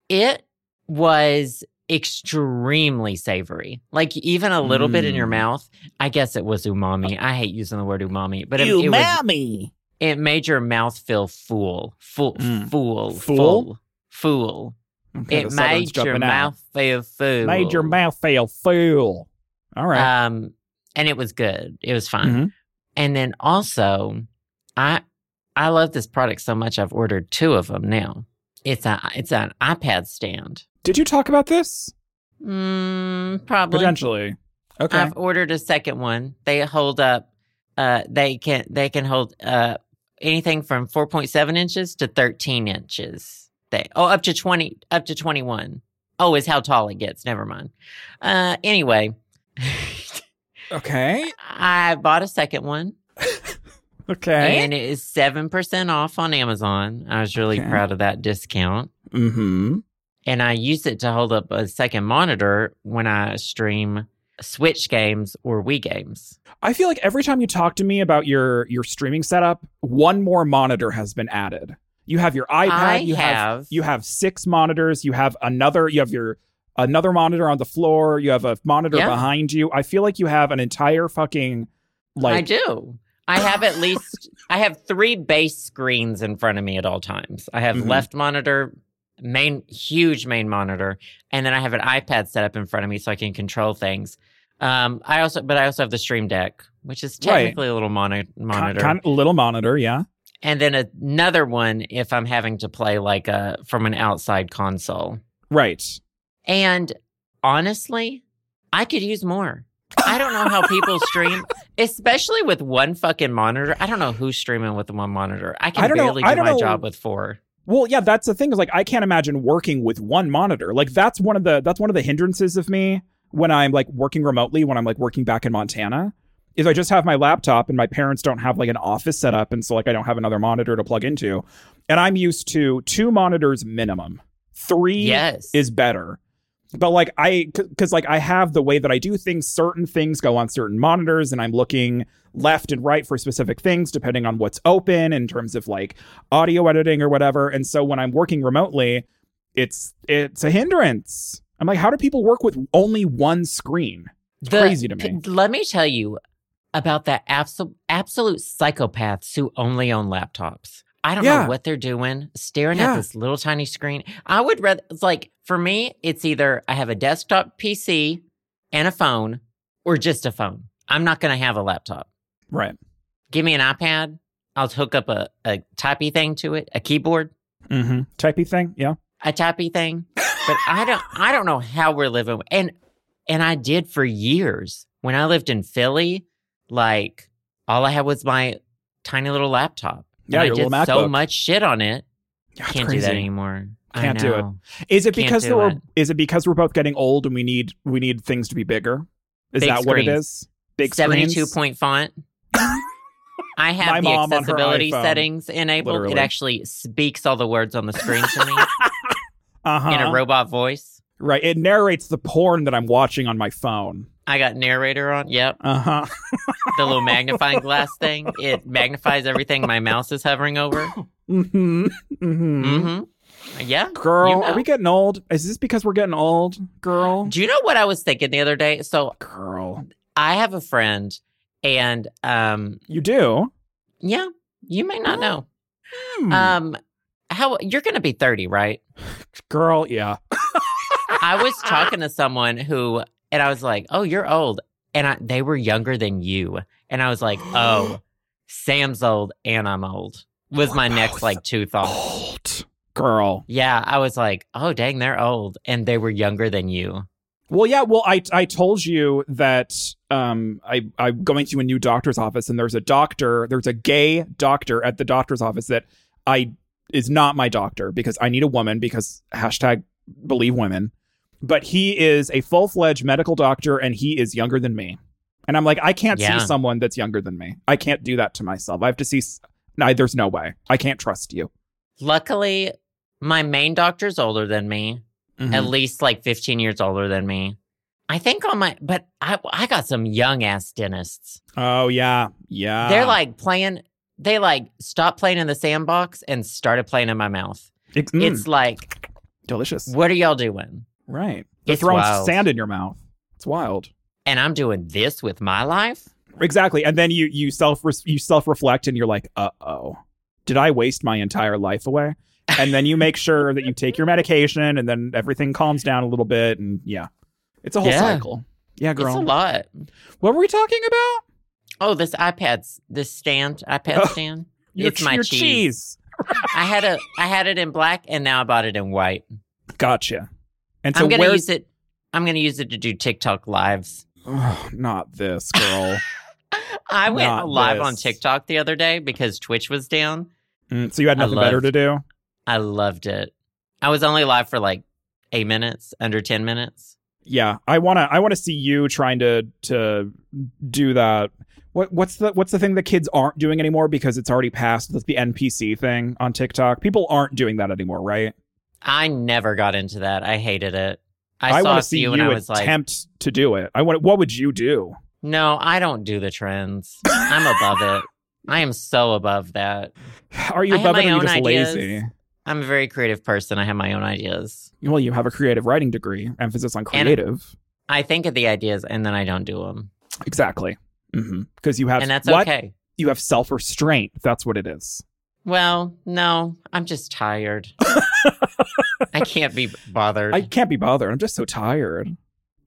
It was extremely savory. Like even a little bit in your
Mm.
mouth. I guess it was umami. I hate using the word umami, but it, it was. It made your mouth feel full, full,
Mm.
full,
Full?
full, full.
Okay,
it
the Southern's
made your
jumping out.
mouth feel full.
Made your mouth feel full. All right.
Um, and it was good. It was fun.
Mhm.
And then also, I I love this product so much. I've ordered two of them now. It's a it's an iPad stand.
Did you talk about this?
Mm, probably.
Potentially. Okay.
I've ordered a second one. They hold up. Uh, they can they can hold uh anything from four point seven inches to thirteen inches. They oh up to twenty up to twenty one. Oh, is how tall it gets. Never mind. Uh, anyway,
okay.
I bought a second one.
Okay.
and it is 7% off on Amazon. I was really
Okay.
proud of that discount.
mm-hmm.
And I use it to hold up a second monitor when I stream Switch games or Wii games.
I feel like every time you talk to me about your your streaming setup, one more monitor has been added. You have your iPad,
I
you
have-
you have six monitors, you have another, you have your another monitor on the floor, you have a monitor
Yeah.
behind you. I feel like you have an entire fucking
I
like
do. I have at least I have three base screens in front of me at all times. I have
Mhm.
left monitor, main huge main monitor, and then I have an iPad set up in front of me so I can control things. Um, I also, but I also have the Stream Deck, which is
Right.
technically a little mono-
ki-
monitor.
kind of little monitor, yeah.
and then another one if I'm having to play like a from an outside console.
Right.
And honestly, I could use more. I don't know how people stream, especially with one fucking monitor. I don't know who's streaming with one monitor. I can
I don't know.
barely
I
do
don't
my
know.
job with four.
Well, yeah, that's the thing is like I can't imagine working with one monitor. Like that's one of the that's one of the hindrances of me when I'm like working remotely, when I'm like working back in Montana, is I just have my laptop and my parents don't have like an office set up and so like I don't have another monitor to plug into. And I'm used to two monitors minimum. 3
Yes.
is better. But like I, because like I have the way that I do things. Certain things go on certain monitors, and I'm looking left and right for specific things depending on what's open in terms of like audio editing or whatever. And so when I'm working remotely, it's it's a hindrance. I'm like, how do people work with only one screen? It's
The-
crazy to me.
p- Let me tell you about that absolute absolute psychopaths who only own laptops. I don't
Yeah.
know what they're doing, staring
Yeah.
at this little tiny screen. I would rather it's like for me, it's either I have a desktop PC and a phone, or just a phone. I'm not going to have a laptop.
Right.
give me an iPad. I'll hook up a, a typey thing to it, a keyboard,
Mm-hmm. Typey thing. Yeah.
a typey thing. But I don't I don't know how we're living and and I did for years. When I lived in Philly, like all I had was my tiny little laptop. And
Yeah,
I
your
did
little
so
MacBook.
much shit on it.
Yeah, it's
Can't do that anymore. I
Can't do it.
know.
Is it
Can't
because
do
there were?
it.
Is it because we're both getting old and we need we need things to be bigger? Is
Big
that what it
screens.
is? Big screens?
Seventy-two point font. I have
My
the
mom on her
accessibility
iPhone,
settings enabled.
literally.
It actually speaks all the words on the screen to me
uh-huh.
in a robot voice.
Right. It narrates the porn that I'm watching on my phone.
I got narrator on. Yep.
Uh huh.
The little magnifying glass thing. It magnifies everything my mouse is hovering over.
Mm-hmm. Mm-hmm.
hmm Yeah.
Girl,
You know.
are we getting old? Is this because we're getting old, girl?
Do you know what I was thinking the other day? So
Girl,
I have a friend, and um,
you do.
yeah, you may not know.
Hmm.
Um, how you're going to be 30, right?
girl, yeah.
I was talking to someone who, and I was like, "Oh, you're old," and I, they were younger than you, and I was like, "Oh, Sam's old, and I'm old." Was
We're
my
both
next like two thoughts.
Old, girl.
Yeah, I was like, oh dang, they're old, and they were younger than you.
Well, yeah. Well, I I told you that um I I'm going to a new doctor's office and there's a doctor, there's a gay doctor at the doctor's office that I is not my doctor because I need a woman because hashtag believe women, but he is a full fledged medical doctor and he is younger than me, and I'm like I can't
Yeah.
see someone that's younger than me. I can't do that to myself. I have to see. s- No, there's no way. I can't trust you.
Luckily, my main doctor's older than me,
Mm-hmm.
at least like 15 years older than me. I think on my, but I, I got some young ass dentists.
Oh yeah, yeah.
They're like playing, they like stopped playing in the sandbox and started playing in my mouth.
it's, mm,
It's like,
delicious,
what are y'all doing?
right? They're
It's
throwing
wild.
sand in your mouth. It's wild.
And I'm doing this with my life?
Exactly. And then you you self you self reflect and you're like, uh oh, did I waste my entire life away? And then you make sure that you take your medication, and then everything calms down a little bit. And yeah, it's a whole
Yeah.
cycle. Yeah,
It's a
girl.
lot.
What were we talking about?
Oh, this iPad's, this stand, iPad
Oh,
stand.
Your,
it's my
your
cheese.
cheese.
I had a I had it in black and now I bought it in white.
Gotcha. And so
I'm gonna
where's
use it I'm gonna use it to do TikTok lives.
Ugh, not this girl?
I went
Not
live on
this.
TikTok the other day because Twitch was down.
Mm, so you had
I
nothing better
loved-
to do?
I loved it. I was only live for like eight minutes, under ten minutes.
Yeah, I wanna I wanna see you trying to to do that. What what's the what's the thing that kids aren't doing anymore because it's already passed? That's the NPC thing on TikTok. People aren't doing that anymore, right?
I never got into that. I hated it. I, saw
wanna
a
see
few
you
and I was
attempt
like,
to do it. I want. What would you do?
No, I don't do the trends. I'm above it. I am so above that.
Are you
I have
above
my
it? Or are you
own
just
ideas.
lazy?
I'm a very creative person. I have my own ideas.
Well, you have a creative writing degree, emphasis on creative.
I think of the ideas and then I don't do them.
exactly. Because you have
And that's
what
okay.
you have self restraint. That's what it is.
Well, no, I'm just tired. I can't be bothered.
I can't be bothered. I'm just so tired.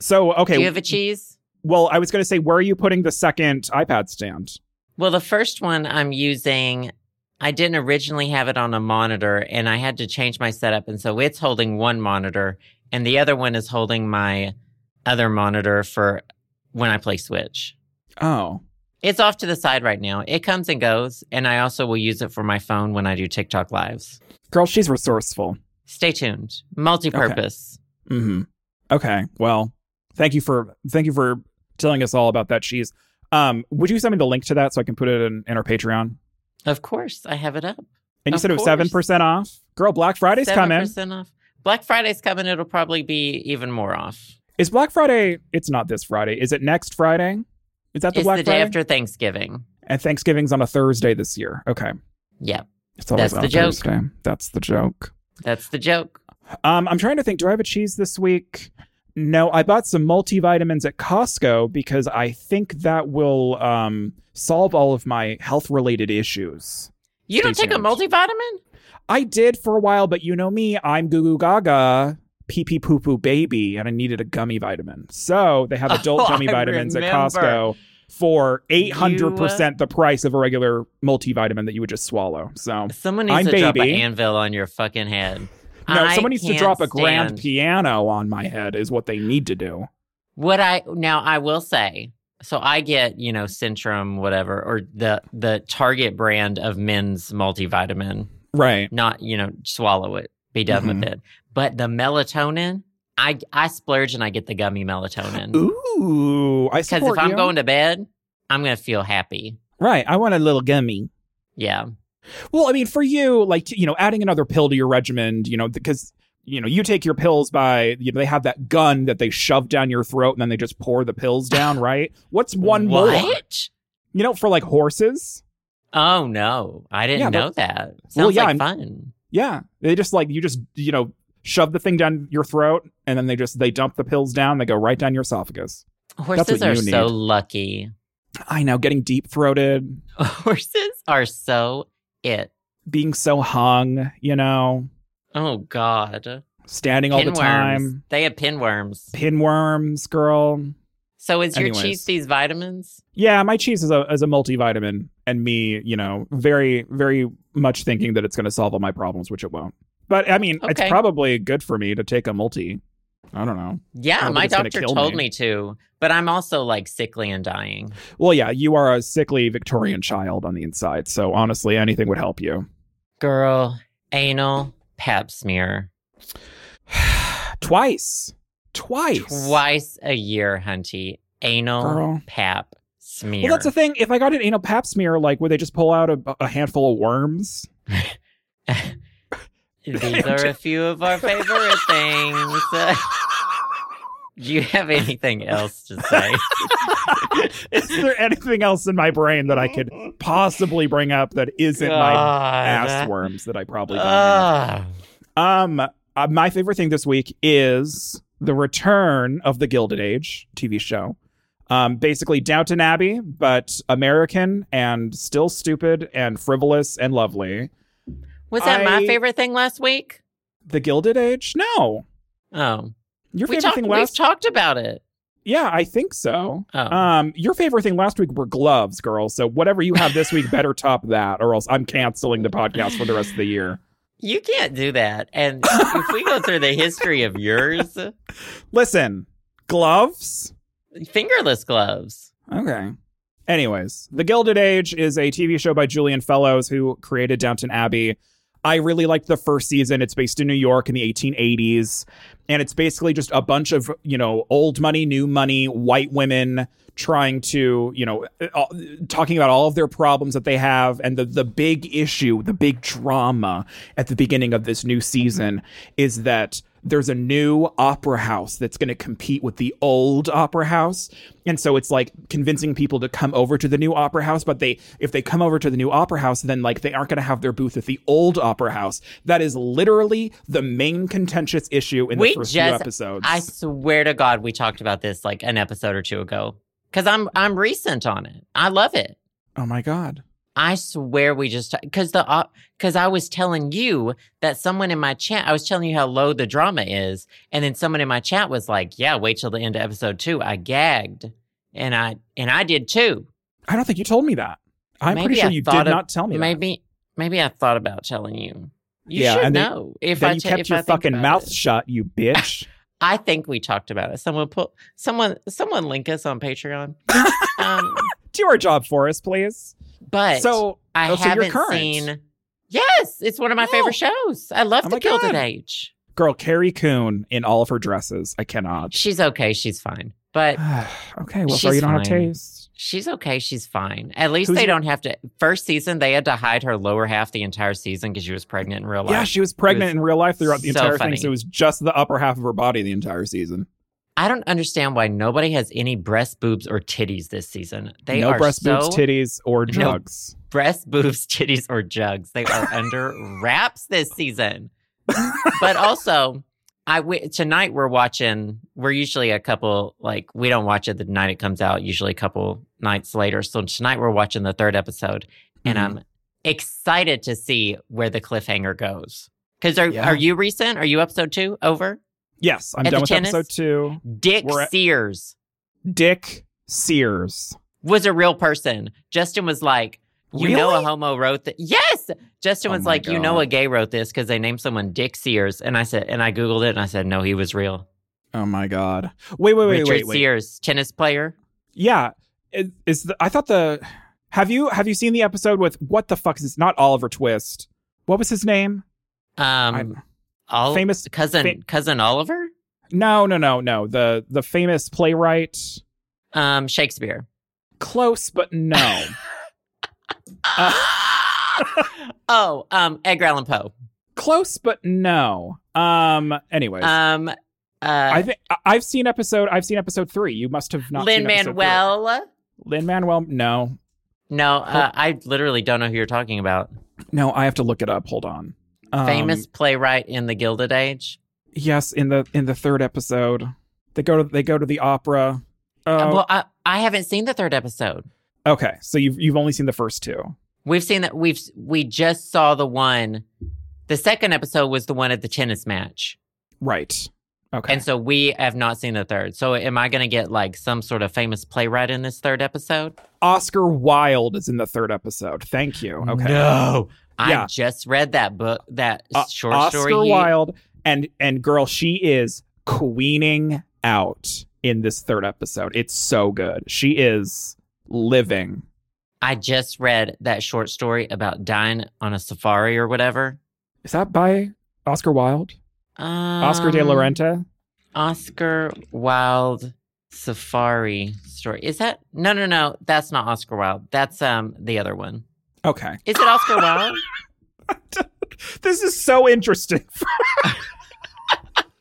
So okay.
Do you have a cheese?
Well, I was going to say, where are you putting the second iPad stand?
Well, the first one I'm using, I didn't originally have it on a monitor and I had to change my setup. And so it's holding one monitor and the other one is holding my other monitor for when I play Switch.
Oh.
It's off to the side right now. It comes and goes, and I also will use it for my phone when I do TikTok lives.
Girl, she's resourceful.
Stay tuned. Multi-purpose.
Mm-hmm. Okay. Well, thank you for thank you for telling us all about that cheese. Um, would you send me the link to that so I can put it in, in our Patreon?
Of course, I have it up.
And you
Of
said it was
course.
seven percent off. Girl, Black Friday's coming.
7% off. Black Friday's coming. It'll probably be even more off.
Is Black Friday? It's not this Friday. Is it next Friday? Is that the
it's
Black
the day
Friday?
after Thanksgiving.
and Thanksgiving's on a Thursday this year. Okay,
Yep,
it's always
That's
on
the
a
joke.
Thursday. That's the joke.
that's the joke.
Um, I'm trying to think. Do I have a cheese this week? No, I bought some multivitamins at Costco because I think that will um, solve all of my health related issues.
You don't
Stay
take a
tuned.
multivitamin?
I did for a while, but you know me, I'm goo goo gaga, pee pee poo poo baby, and I needed a gummy vitamin. So they have adult
Oh,
gummy
I
vitamins at
remember.
Costco for 800% the price of a regular multivitamin that you would just swallow. So,
Someone needs
I'm
to drop an
baby.
anvil on your fucking head.
no,
I
someone needs to
can't
drop a grand
stand-
piano on my head, is what they need to do.
What I now I will say, so I get you know Centrum whatever or the the Target brand of men's multivitamin.
Right.
Not you know swallow it, be done with
Mm-hmm.
it. But the melatonin, I I splurge and I get the gummy melatonin
Mm. Ooh, I
because
support
if I'm
you.
going to bed, I'm gonna feel happy.
right, I want a little gummy.
Yeah,
Well, I mean, for you, like you know, adding another pill to your regimen, you know, because you know you take your pills by you know they have that gun that they shove down your throat and then they just pour the pills down, right? What's one
what?
more? You know, for like horses,
Oh no, I didn't
Yeah, but-
know that. Sounds
Well, yeah,
like
I'm-
fun.
yeah, they just like you just you know shove the thing down your throat and then they just they dump the pills down, they go right down your esophagus.
Horses
what
are
you
so
need.
lucky.
I know, getting deep throated,
Horses are so it.
being so hung, you know,
Oh God.
standing all the time,
They have pinworms.
pinworms, girl.
So is your
Anyways.
cheese these vitamins?
Yeah, my cheese is a is a multivitamin, and me, you know, very very much thinking that it's going to solve all my problems, which it won't. But I mean, it's
Okay.
probably good for me to take a multi. I don't know.
Yeah,
Oh,
my
it's gonna
doctor
kill
told
me.
me. to, but I'm also like sickly and dying.
Well, yeah, you are a sickly Victorian child on the inside, so honestly, anything would help you.
Girl, anal pap smear
Twice, twice,
twice a year, hunty. Anal
Girl.
pap smear.
Well, that's the thing. If I got an anal pap smear, like, would they just pull out a, a handful of worms?
These are a few of our favorite things. Do you have anything else to say?
Is there anything else in my brain that I could possibly bring up that isn't my ass worms that I probably don't have.
Ah.
Um, uh, my favorite thing this week is the return of the Gilded Age TV show. Um, basically Downton Abbey, but American and still stupid and frivolous and lovely.
Was that my
I-
favorite thing last week?
The Gilded Age? No,
Oh,
your
we
favorite
talked.
thing
We've
last?
talked about it.
yeah, I think so.
Oh,
Um, your favorite thing last week were gloves, girl. So whatever you have this week, better top that, or else I'm canceling the podcast for the rest of the year.
you can't do that. And if we go through the history of yours,
Listen, gloves.
fingerless gloves.
Okay. Anyways, The Gilded Age is a TV show by Julian Fellows, who created Downton Abbey. I really liked the first season. It's based in New York in the 1880s. And it's basically just a bunch of, you know, old money, new money, white women trying to, you know, uh, uh, talking about all of their problems that they have. And the, the big issue, the big drama at the beginning of this new season is that there's a new opera house that's going to compete with the old opera house and so it's like convincing people to come over to the new opera house but they if they come over to the new opera house then like they aren't going to have their booth at the old opera house that is literally the main contentious issue in
we
the first
just,
few episodes
I swear to God, we talked about this like an episode or two ago. Because I'm I'm recent on it. I love it.
oh my god
I swear we just because the because I was telling you that someone in my chat I was telling you how low the drama is, and then someone in my chat was like, "Yeah, wait till the end of episode two. I gagged, and I and I did too.
i don't think you told me that i'm
Maybe
pretty sure
I
you did
thought of-
not tell me that.
Maybe maybe I thought about telling you. You
Yeah,
should
and then-
know if
then
I
you
te-
kept
if
your
I think
fucking
about
mouth
it.
shut you bitch
I think we talked about it. Someone pull someone someone link us on Patreon. um,
Do our job for us, please.
but
so
I
oh, so you're
haven't
current.
seen. Yes, it's one of my
No.
favorite shows. I love
Oh
The
my
Gilded
God.
Age.
girl Carrie Coon in all of her dresses. I cannot.
She's okay. She's fine. But
okay, well,
She's
sorry you don't have
fine.
taste.
She's okay. She's fine. At least
Who's
they
your-
don't have to. First season, they had to hide her lower half the entire season because she was pregnant in real life.
Yeah, she was pregnant
was
in real life throughout the
so
entire
funny.
thing, so it was just the upper half of her body the entire season.
I don't understand why nobody has any breast, boobs, or titties this season. They
no
are
breast
so
boobs, titties, or jugs.
breast, boobs, titties, or jugs. They are under wraps this season. but also, I w- tonight we're watching. We're usually a couple like we don't watch it the night it comes out. Usually a couple nights later. So tonight we're watching the third episode, and
Mhm.
I'm excited to see where the cliffhanger goes. Because are
Yeah.
are you recent? Are you episode two over?
Yes,
At
I'm
the
done with
tennis?
episode two.
Dick
We're at-
Sears
Dick Sears.
was a real person. Justin was like. You know a
Really?
homo wrote this. Yes. Justin
Oh
was
my
like, you know a
God.
gay wrote this because they named someone Dick Sears. And I said, and I Googled it and I said, no, he was real.
Oh my god. Wait, wait, wait,
Richard
wait, wait.
Sears, tennis player.
Yeah, is, is the, I thought the have you have you seen the episode with what the fuck is this? Not Oliver Twist. What was his name?
Um,
I'm-
all
famous-
cousin
fam-
cousin Oliver,
no, no, no, no. The the famous playwright.
um, Shakespeare.
Close, but no. Uh,
oh, um, Edgar Allan Poe.
Close, but no. Um. Anyways,
Um, uh,
I think I- I've seen episode. I've seen episode three. You must have not.
Lin Manuel.
Lin Manuel. No,
No, uh, I literally don't know who you're talking about.
no. I have to look it up. Hold on. Um,
Famous playwright in the Gilded Age.
Yes, in the in the third episode, they go to they go to the opera. Oh,
Uh, Well, I, I haven't seen the third episode.
okay. So you've you've only seen the first two.
We've seen that. We've we just saw the one. The second episode was the one at the tennis match.
Right. Okay.
And so we have not seen the third. So am I going to get like some sort of famous playwright in this third episode?
Oscar Wilde is in the third episode. Thank you. Okay.
No. I
Yeah.
just read that book, that
O-
short
Oscar
story. you-
Wilde and and girl, she is queening out in this third episode. It's so good. She is living.
I just read that short story about dying on a safari or whatever.
Is that by Oscar Wilde? Oscar de
Um,
la Renta?
Oscar Wilde safari story. Is that? No, no, no. That's not Oscar Wilde. That's um the other one.
Okay.
Is it Oscar Wilde?
This is so interesting.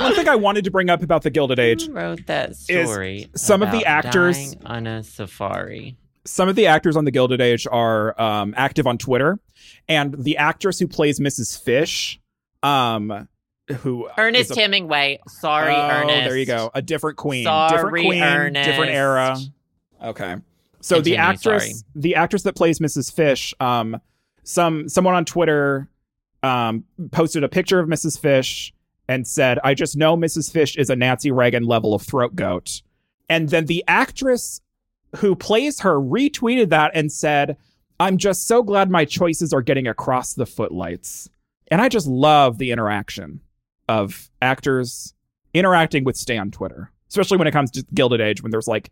One thing I wanted to bring up about the Gilded Age,
Who wrote that story?
some of the
about
actors-
dying on a safari.
some of the actors on the Gilded Age are um, active on Twitter, and the actress who plays Mrs. Fish, um, who
Ernest
is a-
Hemingway. Sorry,
oh,
Ernest.
There you go, a different queen,
Sorry,
different queen,
Ernest.
different era. Okay, so
Continue,
the actress,
sorry.
the actress that plays Mrs. Fish, um, some someone on Twitter, um, posted a picture of Mrs. Fish and said, "I just know Mrs. Fish is a Nancy Reagan level of throat goat," and then the actress who plays her retweeted that and said, I'm just so glad my choices are getting across the footlights. And I just love the interaction of actors interacting with Stay on Twitter, especially when it comes to Gilded Age, when there's like,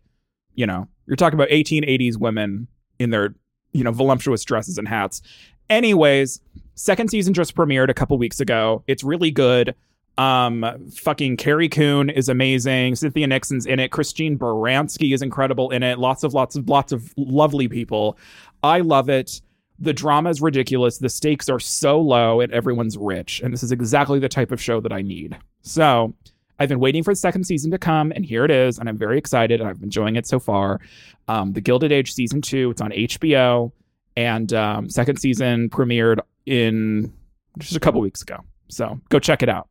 you know, you're talking about 1880s women in their, you know, voluptuous dresses and hats. Anyways, second season just premiered a couple weeks ago. It's really good. Um, fucking Carrie Coon is amazing. Cynthia Nixon's in it. Christine Baranski is incredible in it. Lots of lots of lots of lovely people. I love it. The drama is ridiculous. The stakes are so low, and everyone's rich. And this is exactly the type of show that I need. So I've been waiting for the second season to come, and here it is. And I'm very excited, and I've been enjoying it so far. Um, the Gilded Age season two. It's on HBO, and um, second season premiered in just a couple weeks ago. So go check it out.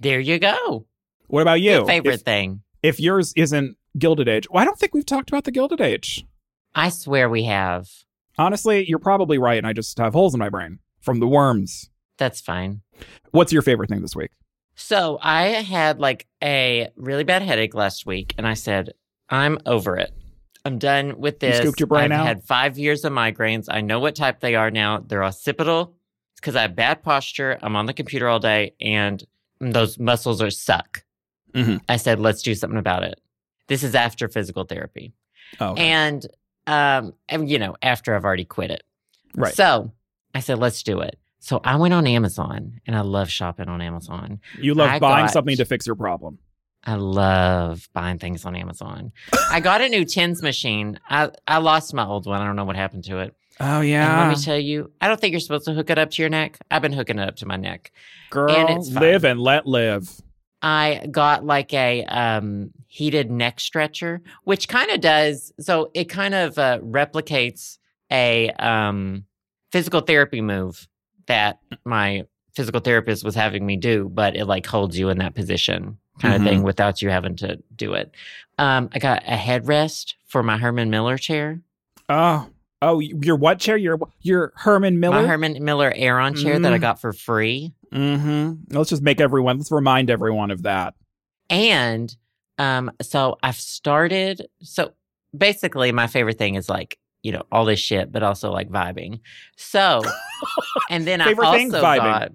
There you go.
What about you?
Your favorite
If,
thing.
if yours isn't Gilded Age, well, I don't think we've talked about the Gilded Age.
I swear we have.
Honestly, you're probably right, and I just have holes in my brain from the worms.
That's fine.
What's your favorite thing this week?
So I had like a really bad headache last week, and I said, "I'm over it. I'm done with
You
this."
scooped your brain
I've
out?
had five years of migraines. I know what type they are now. They're occipital. It's because I have bad posture. I'm on the computer all day, and those muscles are suck.
Mhm.
I said, let's do something about it. This is after physical therapy.
Oh, okay.
And, um, and, you know, after I've already quit it.
Right.
So I said, let's do it. So I went on Amazon and I love shopping on Amazon.
you love
I
buying
got-
something to fix your problem.
I love buying things on Amazon. I got a new tins machine. I, I lost my old one. I don't know what happened to it.
Oh
And let me tell you, I don't think you're supposed to hook it up to your neck. I've been hooking it up to my neck. and
girl,
it's fun.
live and let live.
I got like a um, heated neck stretcher, which kind of does. So it kind of uh, replicates a um, physical therapy move that my physical therapist was having me do, but it like holds you in that position kind of
Mhm.
thing without you having to do it. Um, I got a headrest for my Herman Miller chair,
Oh, oh, your what chair? Your your Herman
my
Miller.
Herman Miller Aeron chair that I
Mm.
got for free.
mm-hmm. Let's just make everyone. Let's remind everyone of that.
And um, so I've started. So basically, my favorite thing is like you know all this shit, but also like vibing. So, and then I
Favorite
also
thing? Vibing.
got.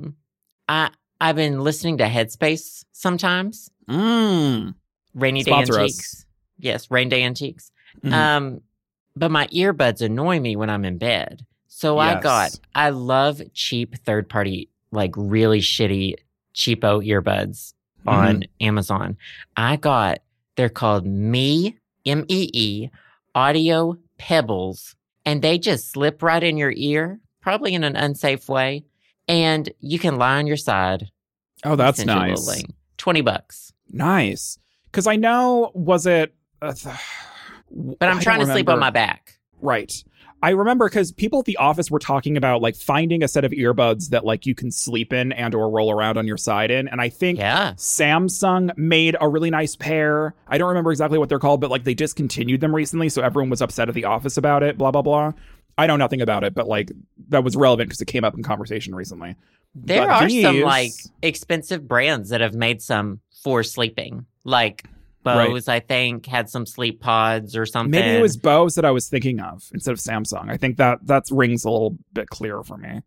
I I've been listening to Headspace sometimes.
Mm.
Rainy
Sponsor
Day
us.
Antiques. Yes, Rain Day Antiques.
Mhm.
Um, but my earbuds annoy me when I'm in bed. So I
Yes.
got. I love cheap third party, like really shitty cheapo earbuds
Mm-hmm.
on Amazon. I got they're called Me M E E Audio Pebbles, and they just slip right in your ear, probably in an unsafe way. And you can lie on your side.
Oh, that's
Send you a little
nice.
link. Twenty bucks.
Nice. Because I know, was it? Uh, th- Oh,
But I'm trying to sleep on my back.
Right. I remember because people at the office were talking about like finding a set of earbuds that like you can sleep in and or roll around on your side in, and I think.
Yeah.
Samsung made a really nice pair. I don't remember exactly what they're called, but like they discontinued them recently, so everyone was upset at the office about it, blah blah blah. I know nothing about it, but like that was relevant because it came up in conversation recently.
There
But
are some
these-
like expensive brands that have made some for sleeping. Like
Right.
Bose, I think, had some sleep pods or something.
Maybe it was Bose that I was thinking of instead of Samsung. I think that that rings a little bit clearer for me.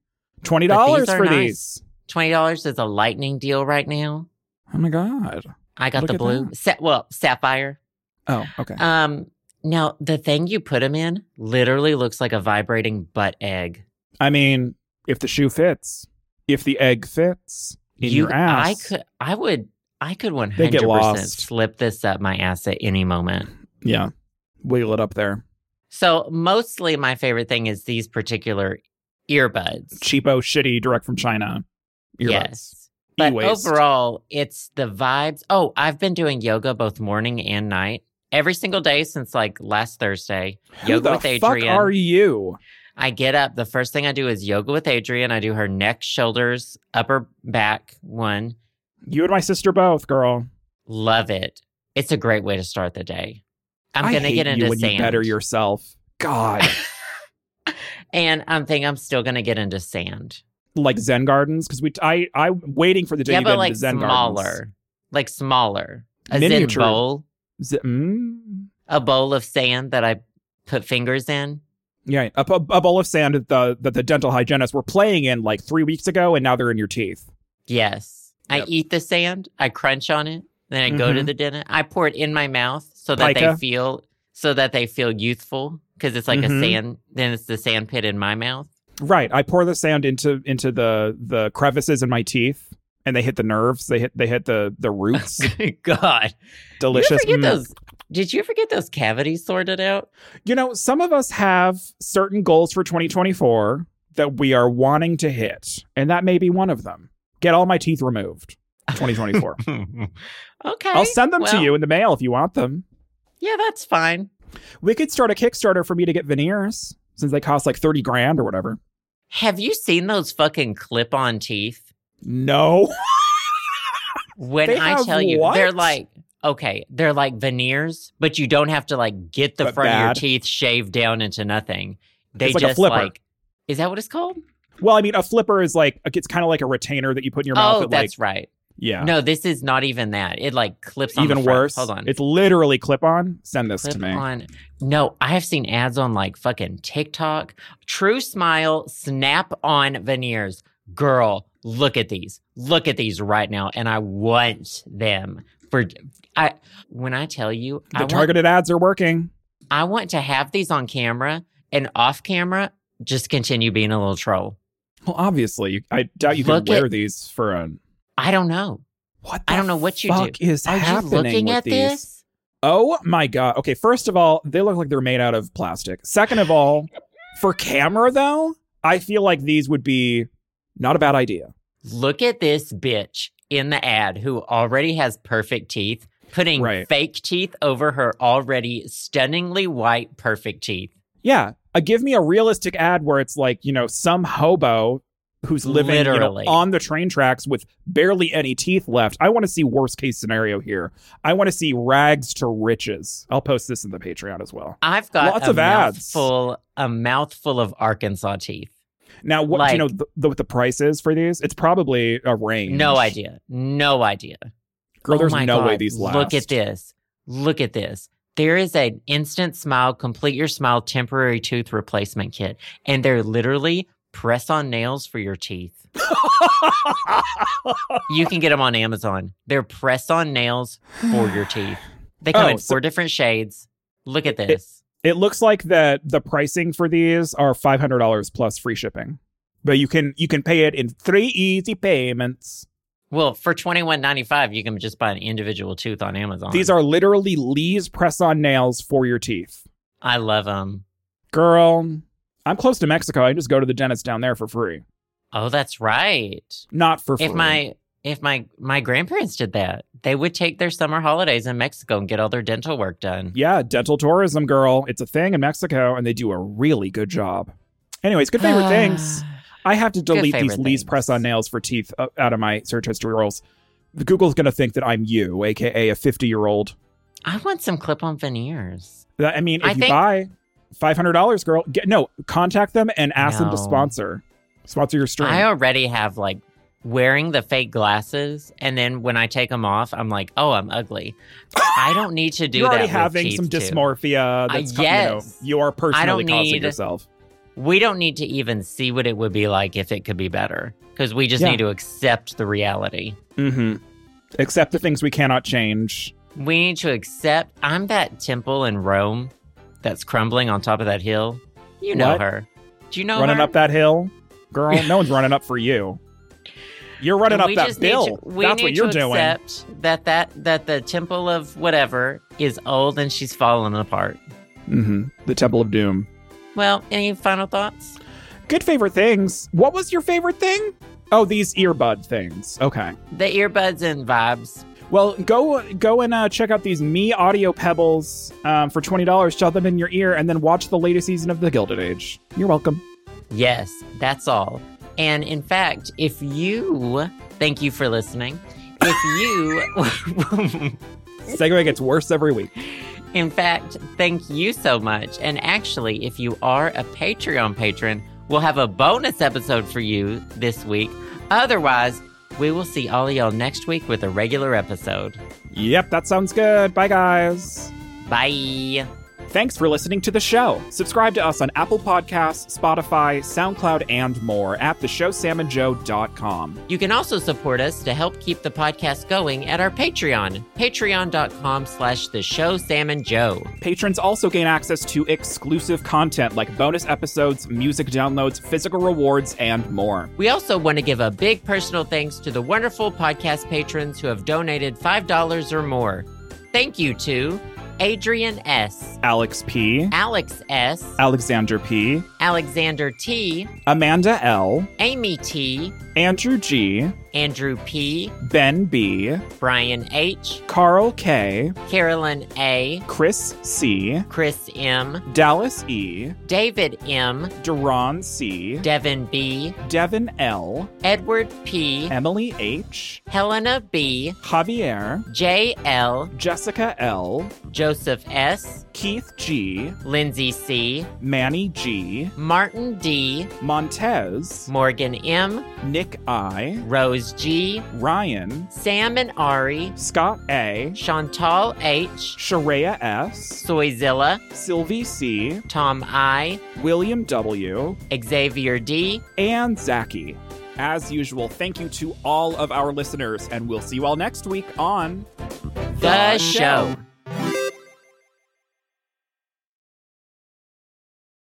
Twenty dollars
are
for
nice.
these.
twenty dollars is a lightning deal right now.
Oh my god.
I got
Look
the
at
blue. Sa- well, sapphire.
Oh, okay.
Um, now the thing you put them in literally looks like a vibrating butt egg.
I mean, if the shoe fits, if the egg fits in
you,
your ass,
I could, I would, I could one
They get
hundred percent
lost.
slip this up my ass at any moment.
yeah, wiggle it up there.
So mostly my favorite thing is these particular earbuds.
Cheapo, shitty, direct from China. Earbuds.
Yes. But
E-waste.
overall, it's the vibes. Oh, I've been doing yoga both morning and night. Every single day since like last Thursday.
Who
yoga
the
with
fuck
Adrian.
are you?
I get up. The first thing I do is yoga with Adrian. I do her neck, shoulders, upper back one.
You and my sister both, girl.
Love it. It's a great way to start the day. I'm
I
gonna
hate
get into
you when
sand,
you better yourself. God,
and I'm think I'm still gonna get into sand.
like Zen gardens because we I I'm waiting for the day
yeah,
you
but
get
like
into Zen
smaller,
gardens.
like smaller. A
Miniature.
Zen bowl,
Z- mm?
a bowl of sand that I put fingers in.
Yeah, a, a, a bowl of sand that the that the dental hygienists were playing in like three weeks ago, and now they're in your teeth.
Yes, I
Yep.
eat the sand. I crunch on it. Then I go to
Mhm.
the dentist. I pour it in my mouth so that they
Pica.
feel so that they feel youthful because it's like a
Mhm.
sand. Then it's the sand pit in my mouth.
Right, I pour the sand into into the the crevices in my teeth, and they hit the nerves. They hit they hit the the roots.
God, Did you
Delicious.
forget
Mm.
those? Did you forget those cavities sorted out?
You know, some of us have certain goals for 2024 that we are wanting to hit, and that may be one of them. Get all my teeth removed. 2024.
okay,
I'll send them to
well,
you in the mail if you want them.
Yeah, that's fine.
We could start a Kickstarter for me to get veneers since they cost like 30 grand or whatever.
Have you seen those fucking clip-on teeth?
No.
When
They
I
have
tell you, they're
what?
like okay, they're like veneers, but you don't have to like get the
But
front
bad.
of your teeth shaved down into nothing. They
It's like a
just
flipper.
like is that what it's called?
Well, I mean, a flipper is like, it's kind of like a retainer that you put in your mouth.
oh,
that, like,
that's right.
yeah.
No, this is not even that. It like clips on the
Even
front.
worse.
Hold on.
It's literally clip on. Send this
Clip
to me.
on. No, I have seen ads on like fucking TikTok. True Smile snap on veneers. Girl, look at these, look at these right now, and I want them for I. When I tell you, I
The
want,
targeted ads are working.
I want to have these on camera and off camera. Just continue being a little troll.
Well, obviously, you, I doubt you
Look
can wear
at-
these for an.
I don't know.
What
I
the
don't know what you do.
fuck is
Are you
happening
looking
with
at
these?
this?
Oh my god. Okay, first of all, they look like they're made out of plastic. Second of all, for camera though, I feel like these would be not a bad idea.
Look at this bitch in the ad who already has perfect teeth, putting
Right.
fake teeth over her already stunningly white perfect teeth.
Yeah, uh, give me a realistic ad where it's like, you know, some hobo who's living you know,
Literally.
on the train tracks with barely any teeth left. I want to see worst case scenario here. I want to see rags to riches. I'll post this in the Patreon as well.
I've got
Lots
a
of ads.
mouthful, a mouthful of Arkansas teeth.
Now, what do you know
Like-
th- the, what the price is for these? It's probably a range.
No idea. No idea.
Girl,
Oh
there's
my
no way
God,
these last.
Look at this. Look at this. There is an instant smile, complete your smile temporary tooth replacement kit. And they're literally press on nails for your teeth. you can get them on Amazon. They're press on nails for your teeth. They come
Oh,
in
so-
four different shades. Look at this.
It looks like that the pricing for these are five hundred dollars plus free shipping, but you can you can pay it in three easy payments.
well, for twenty one ninety five, you can just buy an individual tooth on Amazon.
These are literally Lee's press-on nails for your teeth,
I love them.
girl. I'm close to Mexico. I just go to the dentist down there for free.
Oh, that's right.
Not for free.
if my if my my grandparents did that they would take their summer holidays in mexico and get all their dental work done
yeah, dental tourism, girl. It's a thing in Mexico, and they do a really good job. Anyways, good favorite
Ah.
things. I have to delete these
favorite
Lee's
things.
press-on nails for teeth uh, out of my search history rolls. Google's gonna think that I'm you, aka a fifty-year-old
i want some clip-on veneers
That- I mean, if
I
you
think-
buy five hundred dollars, girl, get no. Contact them and ask them to
No.
sponsor, sponsor your stream.
i already have like wearing the fake glasses and then when i take them off i'm like oh i'm ugly i don't need to do
You're
that
already
with
having
teeth,
some
too.
dysmorphia. That's co-
yes.
you, know, you are personally
don't
causing
need-
yourself.
we don't need to even see what it would be like if it could be better because we just
Yeah.
need to accept the reality
Mm-hmm. Except the things we cannot change.
we need to accept i'm that temple in rome that's crumbling on top of that hill you know
What?
her do you know
running
her?
up that hill, girl. no one's running up for you. You're running
And
up
we
that
just need
bill.
to- we
That's
need
what you're
to
doing.
accept that that that the temple of whatever is old and she's fallen apart.
Mm-hmm. The Temple of Doom.
Well, any final thoughts?
Good favorite things. What was your favorite thing? Oh, these earbud things. Okay.
The earbuds and vibes.
Well, go go and uh, check out these Me Audio Pebbles um, for twenty dollars. Shove them in your ear, and then watch the latest season of The Gilded Age. You're welcome.
Yes, that's all. And in fact, if you thank you for listening. If you
Segway gets worse every week.
In fact, thank you so much. And actually, if you are a Patreon patron, we'll have a bonus episode for you this week. Otherwise, we will see all of y'all next week with a regular episode.
Yep, that sounds good. Bye, guys.
Bye.
Thanks for listening to the show. Subscribe to us on Apple Podcasts, Spotify, SoundCloud, and more at theshowsamandjoe.com.
You can also support us to help keep the podcast going at our Patreon, patreon.com slash the show Sam and Joe.
Patrons also gain access to exclusive content like bonus episodes, music downloads, physical rewards, and more.
We also want to give a big personal thanks to the wonderful podcast patrons who have donated $5 or more. Thank you to Adrian S.,
Alex P.,
Alex S.,
Alexander P.,
Alexander T.,
Amanda L.,
Amy T.,
Andrew G.,
Andrew P.,
Ben B,
Brian H.,
Carl K,
Carolyn A.,
Chris C,
Chris M.,
Dallas E,
David M.,
Duran C,
Devin B.,
Devin L,
Edward P.,
Emily H,
Helena B.,
Javier,
J. L.,
Jessica L,
Joseph S.,
Keith G,
Lindsay C.,
Manny G,
Martin D.,
Montez,
Morgan M.,
Nick I,
Rose G.,
Ryan,
Sam and Ari,
Scott A,
Chantal H.,
Sharia S,
Soyzilla,
Sylvie C,
Tom I,
William W,
Xavier D.,
and Zachy. As usual, thank you to all of our listeners, and we'll see you all next week on
The show.